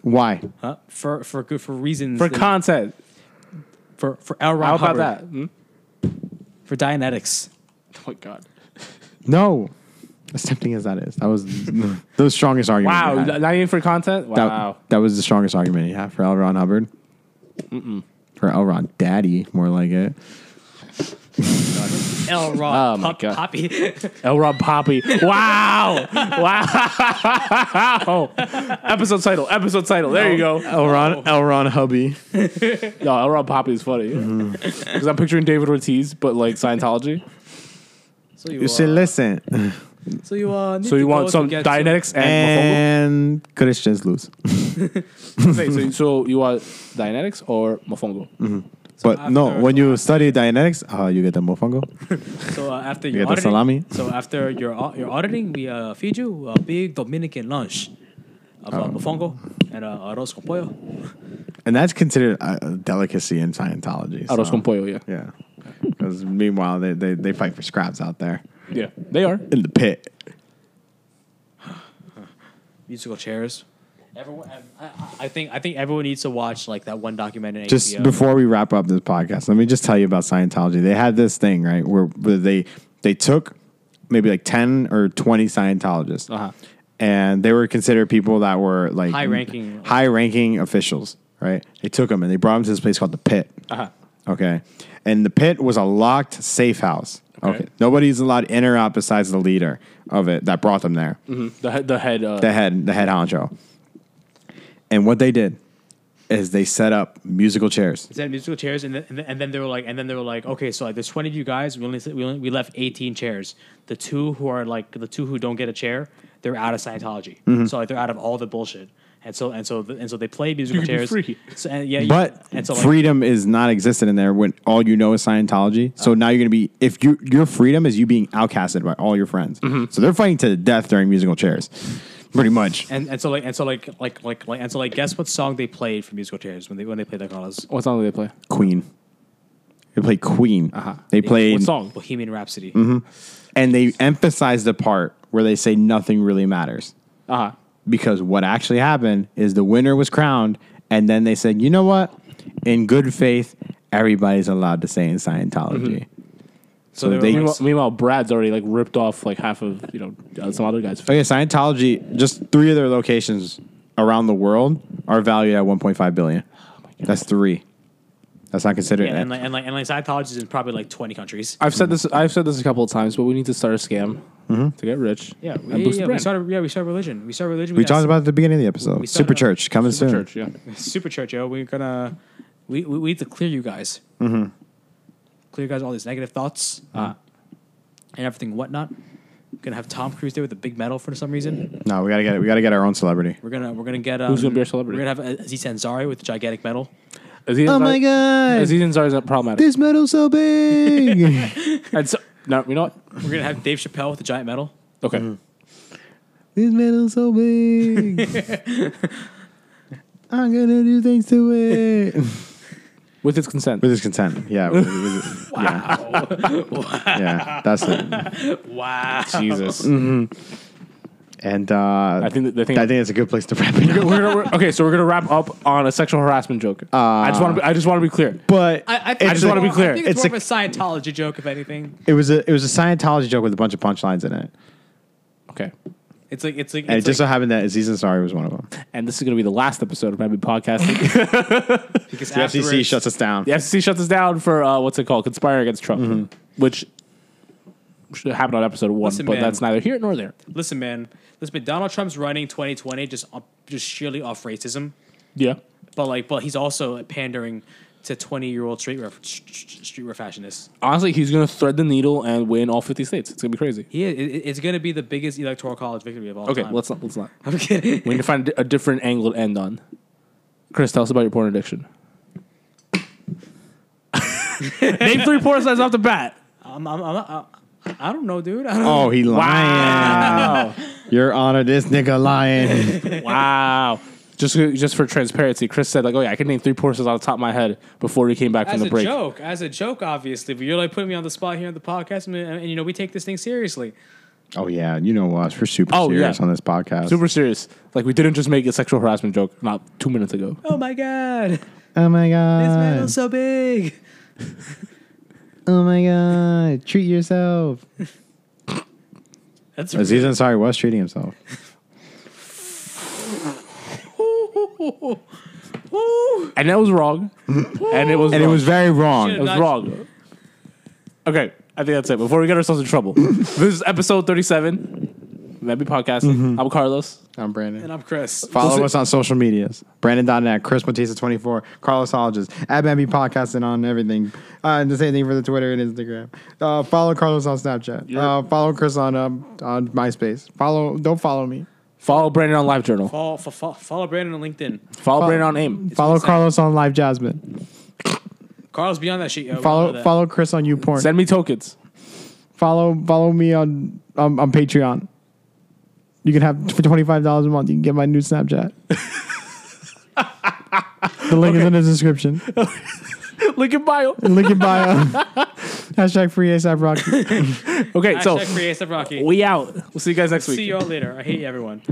S1: Why?
S4: Huh? For for good for reasons
S3: for
S4: that-
S3: content.
S4: for for L. Ron
S3: How about
S4: Hubbard,
S3: that? Hmm?
S4: for
S3: [laughs]
S4: Dianetics.
S3: Oh my god.
S1: No. As tempting as that is, that was [laughs] the strongest argument. you
S3: Wow,
S1: had.
S3: not even for content.
S1: That,
S3: Wow.
S1: that was the strongest argument you had for L. Ron Hubbard. For L. Ron Daddy, more like it.
S4: L. Ron
S3: Oh my
S4: Pop-
S3: God.
S4: Poppy. [laughs]
S3: L. Rob Poppy. [laughs] Wow. wow. [laughs] episode title. Episode title. There you go.
S1: L. Ron, L. Ron
S3: [laughs]
S1: Hubby. Mm-hmm.
S3: No, L. Rob Poppy is funny. Because I'm picturing David Ortiz, but like Scientology.
S4: so you, uh,
S1: You say, listen,
S4: so you uh, need
S3: So you
S4: to
S3: want
S4: go
S3: some
S4: to get
S3: Dianetics and,
S1: and Christians lose.
S3: Mofongo? Say, so, so you want Dianetics or Mofongo?
S1: Mm-hmm. But no,
S4: after-
S1: when you study Dianetics, uh, you get the mofongo.
S4: So uh, after
S1: You
S4: your
S1: get the
S4: auditing,
S1: salami.
S4: So after your au- your auditing, we uh, feed you a big Dominican lunch of
S3: Oh.
S4: uh, mofongo and uh, arroz con pollo.
S1: And that's considered a a delicacy in Scientology.
S3: Arroz
S1: so-
S3: con pollo, yeah.
S1: Yeah. Because meanwhile, they, they, they fight for scraps out there
S3: Yeah, they are.
S1: in the pit.
S4: Musical chairs. Everyone, I, I- I think I think everyone needs to watch like that one documentary.
S1: Just
S3: um,
S4: HBO.
S1: before we wrap up this podcast, let me just tell you about Scientology. They had this thing, right, where, where they they took maybe like 10 or 20 Scientologists.
S3: Uh-huh.
S1: And they were considered people that were like
S4: High-ranking.
S1: high ranking officials, right? They took them and they brought them to this place called the pit.
S3: Uh-huh.
S1: Okay. And the pit was a locked safe house. Okay.
S3: Okay.
S1: Nobody's allowed in or out besides the leader of it that brought them there.
S3: The, head- the head. Uh,
S1: The head the head honcho. And what they did is they set up musical chairs.
S4: They had musical chairs, and then, and then and then they were like, and then they were like, okay, so like, there's 20 of you guys. We only we only, we left 18 chairs. The two who are like the two who don't get a chair, they're out of Scientology. So like they're out of all the bullshit. and so and so and so they play musical
S3: You can be
S4: chairs.
S3: free.
S4: So, and, yeah, you-
S1: But
S4: and so like,
S1: freedom is not existent in there when all you know is Scientology.
S4: Uh-huh.
S1: So now you're going to be if you your freedom is you being outcasted by all your friends.
S4: Mm-hmm.
S1: So they're fighting to the death during musical chairs, pretty much.
S4: And, and so like and so like like like like and so like guess what song they played for musical chairs when they when they played their galas?
S3: What song do they play?
S1: Queen, they played Queen.
S4: Uh-huh.
S1: They
S3: What
S1: played
S3: song?
S4: Bohemian Rhapsody.
S1: and they emphasize the part where they say nothing really matters
S3: Uh huh.
S1: because what actually happened is the winner was crowned, and then they said, you know what, in good faith, everybody's allowed to say in
S4: Mm-hmm.
S1: Scientology. So,
S4: they were
S1: they
S3: Meanwhile, meanwhile, Brad's already like ripped off like half of you know uh, some other guys.
S1: Okay, Scientology, just three of their locations around the world are valued at 1.5 billion. That's three. That's not considered.
S4: Yeah, and like and like and like Scientology is in probably like twenty countries.
S3: I've said this. I've said this a couple of times, but we need to start a scam
S1: Mm-hmm.
S3: to get rich.
S4: Yeah,
S3: and
S4: we,
S3: boost
S4: yeah,
S3: the
S4: we
S3: brand.
S4: started. Yeah, we started religion. We started religion.
S1: we
S4: got
S1: talked about it at the beginning of the episode.
S4: started
S1: Super
S4: on-
S1: Church coming soon.
S3: church. Yeah.
S4: super church, yo. We're gonna we we, we need to clear you guys. Mm-hmm. Clear you guys all these negative thoughts uh,
S3: Ah.
S4: and everything whatnot. gonna have Tom Cruise there with a big medal for some reason.
S1: No, we gotta get we gotta get our own celebrity.
S4: We're gonna we're gonna get um,
S3: Who's gonna be our celebrity?
S4: We're gonna have uh, Aziz Ansari with a gigantic medal.
S3: Aziz
S1: Oh
S3: Ansari-
S1: my god,
S3: Aziz Ansari is not problematic.
S1: this metal's so big.
S3: And so, no, you know what?
S4: We're gonna have Dave Chappelle with a giant medal.
S3: Okay.
S1: Mm-hmm. this metal's so big. I'm gonna do things to it
S3: With his consent.
S1: with his consent. Yeah, with- with- yeah, yeah. That's it.
S4: Wow.
S3: [laughs] Jesus.
S1: And uh,
S3: I think that the thing.
S1: Mm-hmm. I think it's a good place to wrap it up.
S3: [laughs] we're gonna, we're, okay, so we're gonna wrap up on a sexual harassment joke. I just
S1: Uh.
S3: want to. I just want to be clear.
S1: But
S4: I, I, think
S1: it's
S4: it's
S3: just wanna
S4: more-
S3: be clear.
S4: I think it's,
S1: It's
S4: more
S1: a-
S4: of a Scientology joke, if anything.
S1: It was a it was a Scientology joke with a bunch of punchlines in it,
S3: Okay.
S4: It's like it's like
S1: and
S4: it's
S1: it just
S4: like,
S1: so happened that Aziz Ansari was one of them.
S3: And this is gonna be the last episode of Mad Men Podcasting.
S4: because
S1: The FCC
S4: afterwards-
S1: shuts us down.
S3: the FCC shuts us down for uh, what's it called? Conspiring against Trump, which should have happened on episode one,
S4: Listen,
S3: but
S4: man.
S3: that's neither here nor there.
S4: Listen, man. Listen, man, Donald Trump's running 2020 just off- just sheerly off racism.
S3: Yeah.
S4: But like, but he's also pandering to twenty-year-old streetwear streetwear fashionists.
S3: Honestly, he's gonna thread the needle and win all fifty states. It's gonna be crazy.
S4: He it, it's going to be the biggest electoral college victory of all
S3: Okay,
S4: time.
S3: let's not. Let's not.
S4: I'm kidding.
S3: We need to find a different angle to end on. Chris, tell us about your porn [laughs] addiction. Name three porn stars off the bat.
S4: I'm, I'm, I'm, I'm, I don't know, dude. I don't
S1: Oh, he lying!
S4: [laughs]
S3: Wow,
S1: Your Honor, this nigga lying.
S3: wow. Just just for transparency, Chris said like, "Oh yeah, I can name three porn stars off the top of my head." Before he came back
S4: as
S3: from the
S4: a
S3: break,
S4: joke, as a joke, obviously. But you're like putting me on the spot here on the podcast, and, and, you know we take this thing seriously.
S1: oh yeah, you know us. We're super
S3: Oh,
S1: serious
S3: yeah.
S1: on this podcast.
S3: super serious. Like we didn't just make a sexual harassment joke not two minutes ago.
S4: Oh my god, this
S1: oh my
S4: man
S1: god.
S4: is so big.
S1: oh my god. Treat yourself.
S4: That's
S1: Aziz Ansari was treating himself.
S4: Ooh, ooh.
S3: And that was wrong. and it was
S1: And it
S3: wrong.
S1: was very
S3: It
S1: wrong.
S3: was wrong. Okay, I think that's it. Before we get ourselves in trouble, this is episode 37. Maybe podcasting. I'm Carlos.
S1: I'm Brandon.
S4: And I'm Chris.
S1: Follow us on social medias. Brandon.net, Chris Matisa24, Carlos Hodges, at Bambi Podcast and on everything. Uh, and the same thing for the Twitter and Instagram. Uh, follow Carlos on Snapchat. Uh, follow Chris on um, on MySpace. Follow don't follow me.
S3: Follow Brandon on Live Journal.
S4: Follow, fo- fo- follow Brandon on LinkedIn.
S3: Follow Brandon on AIM.
S1: follow
S4: one sec.
S1: Carlos on Live Jasmine.
S4: Carlos, beyond that shit. Yo, We know
S1: Follow
S4: that.
S1: follow Chris on YouPorn.
S3: Send me tokens.
S1: follow follow me on um, on Patreon. You can have for twenty five dollars a month. You can get my new Snapchat. the link is in the description.
S3: Link in bio.
S1: Link in bio. Hashtag free ASAP Rocky.
S3: Okay,
S4: Hashtag
S3: so
S4: create ASAP Rocky.
S3: we out. We'll see you guys next week.
S4: See you all later. I hate everyone.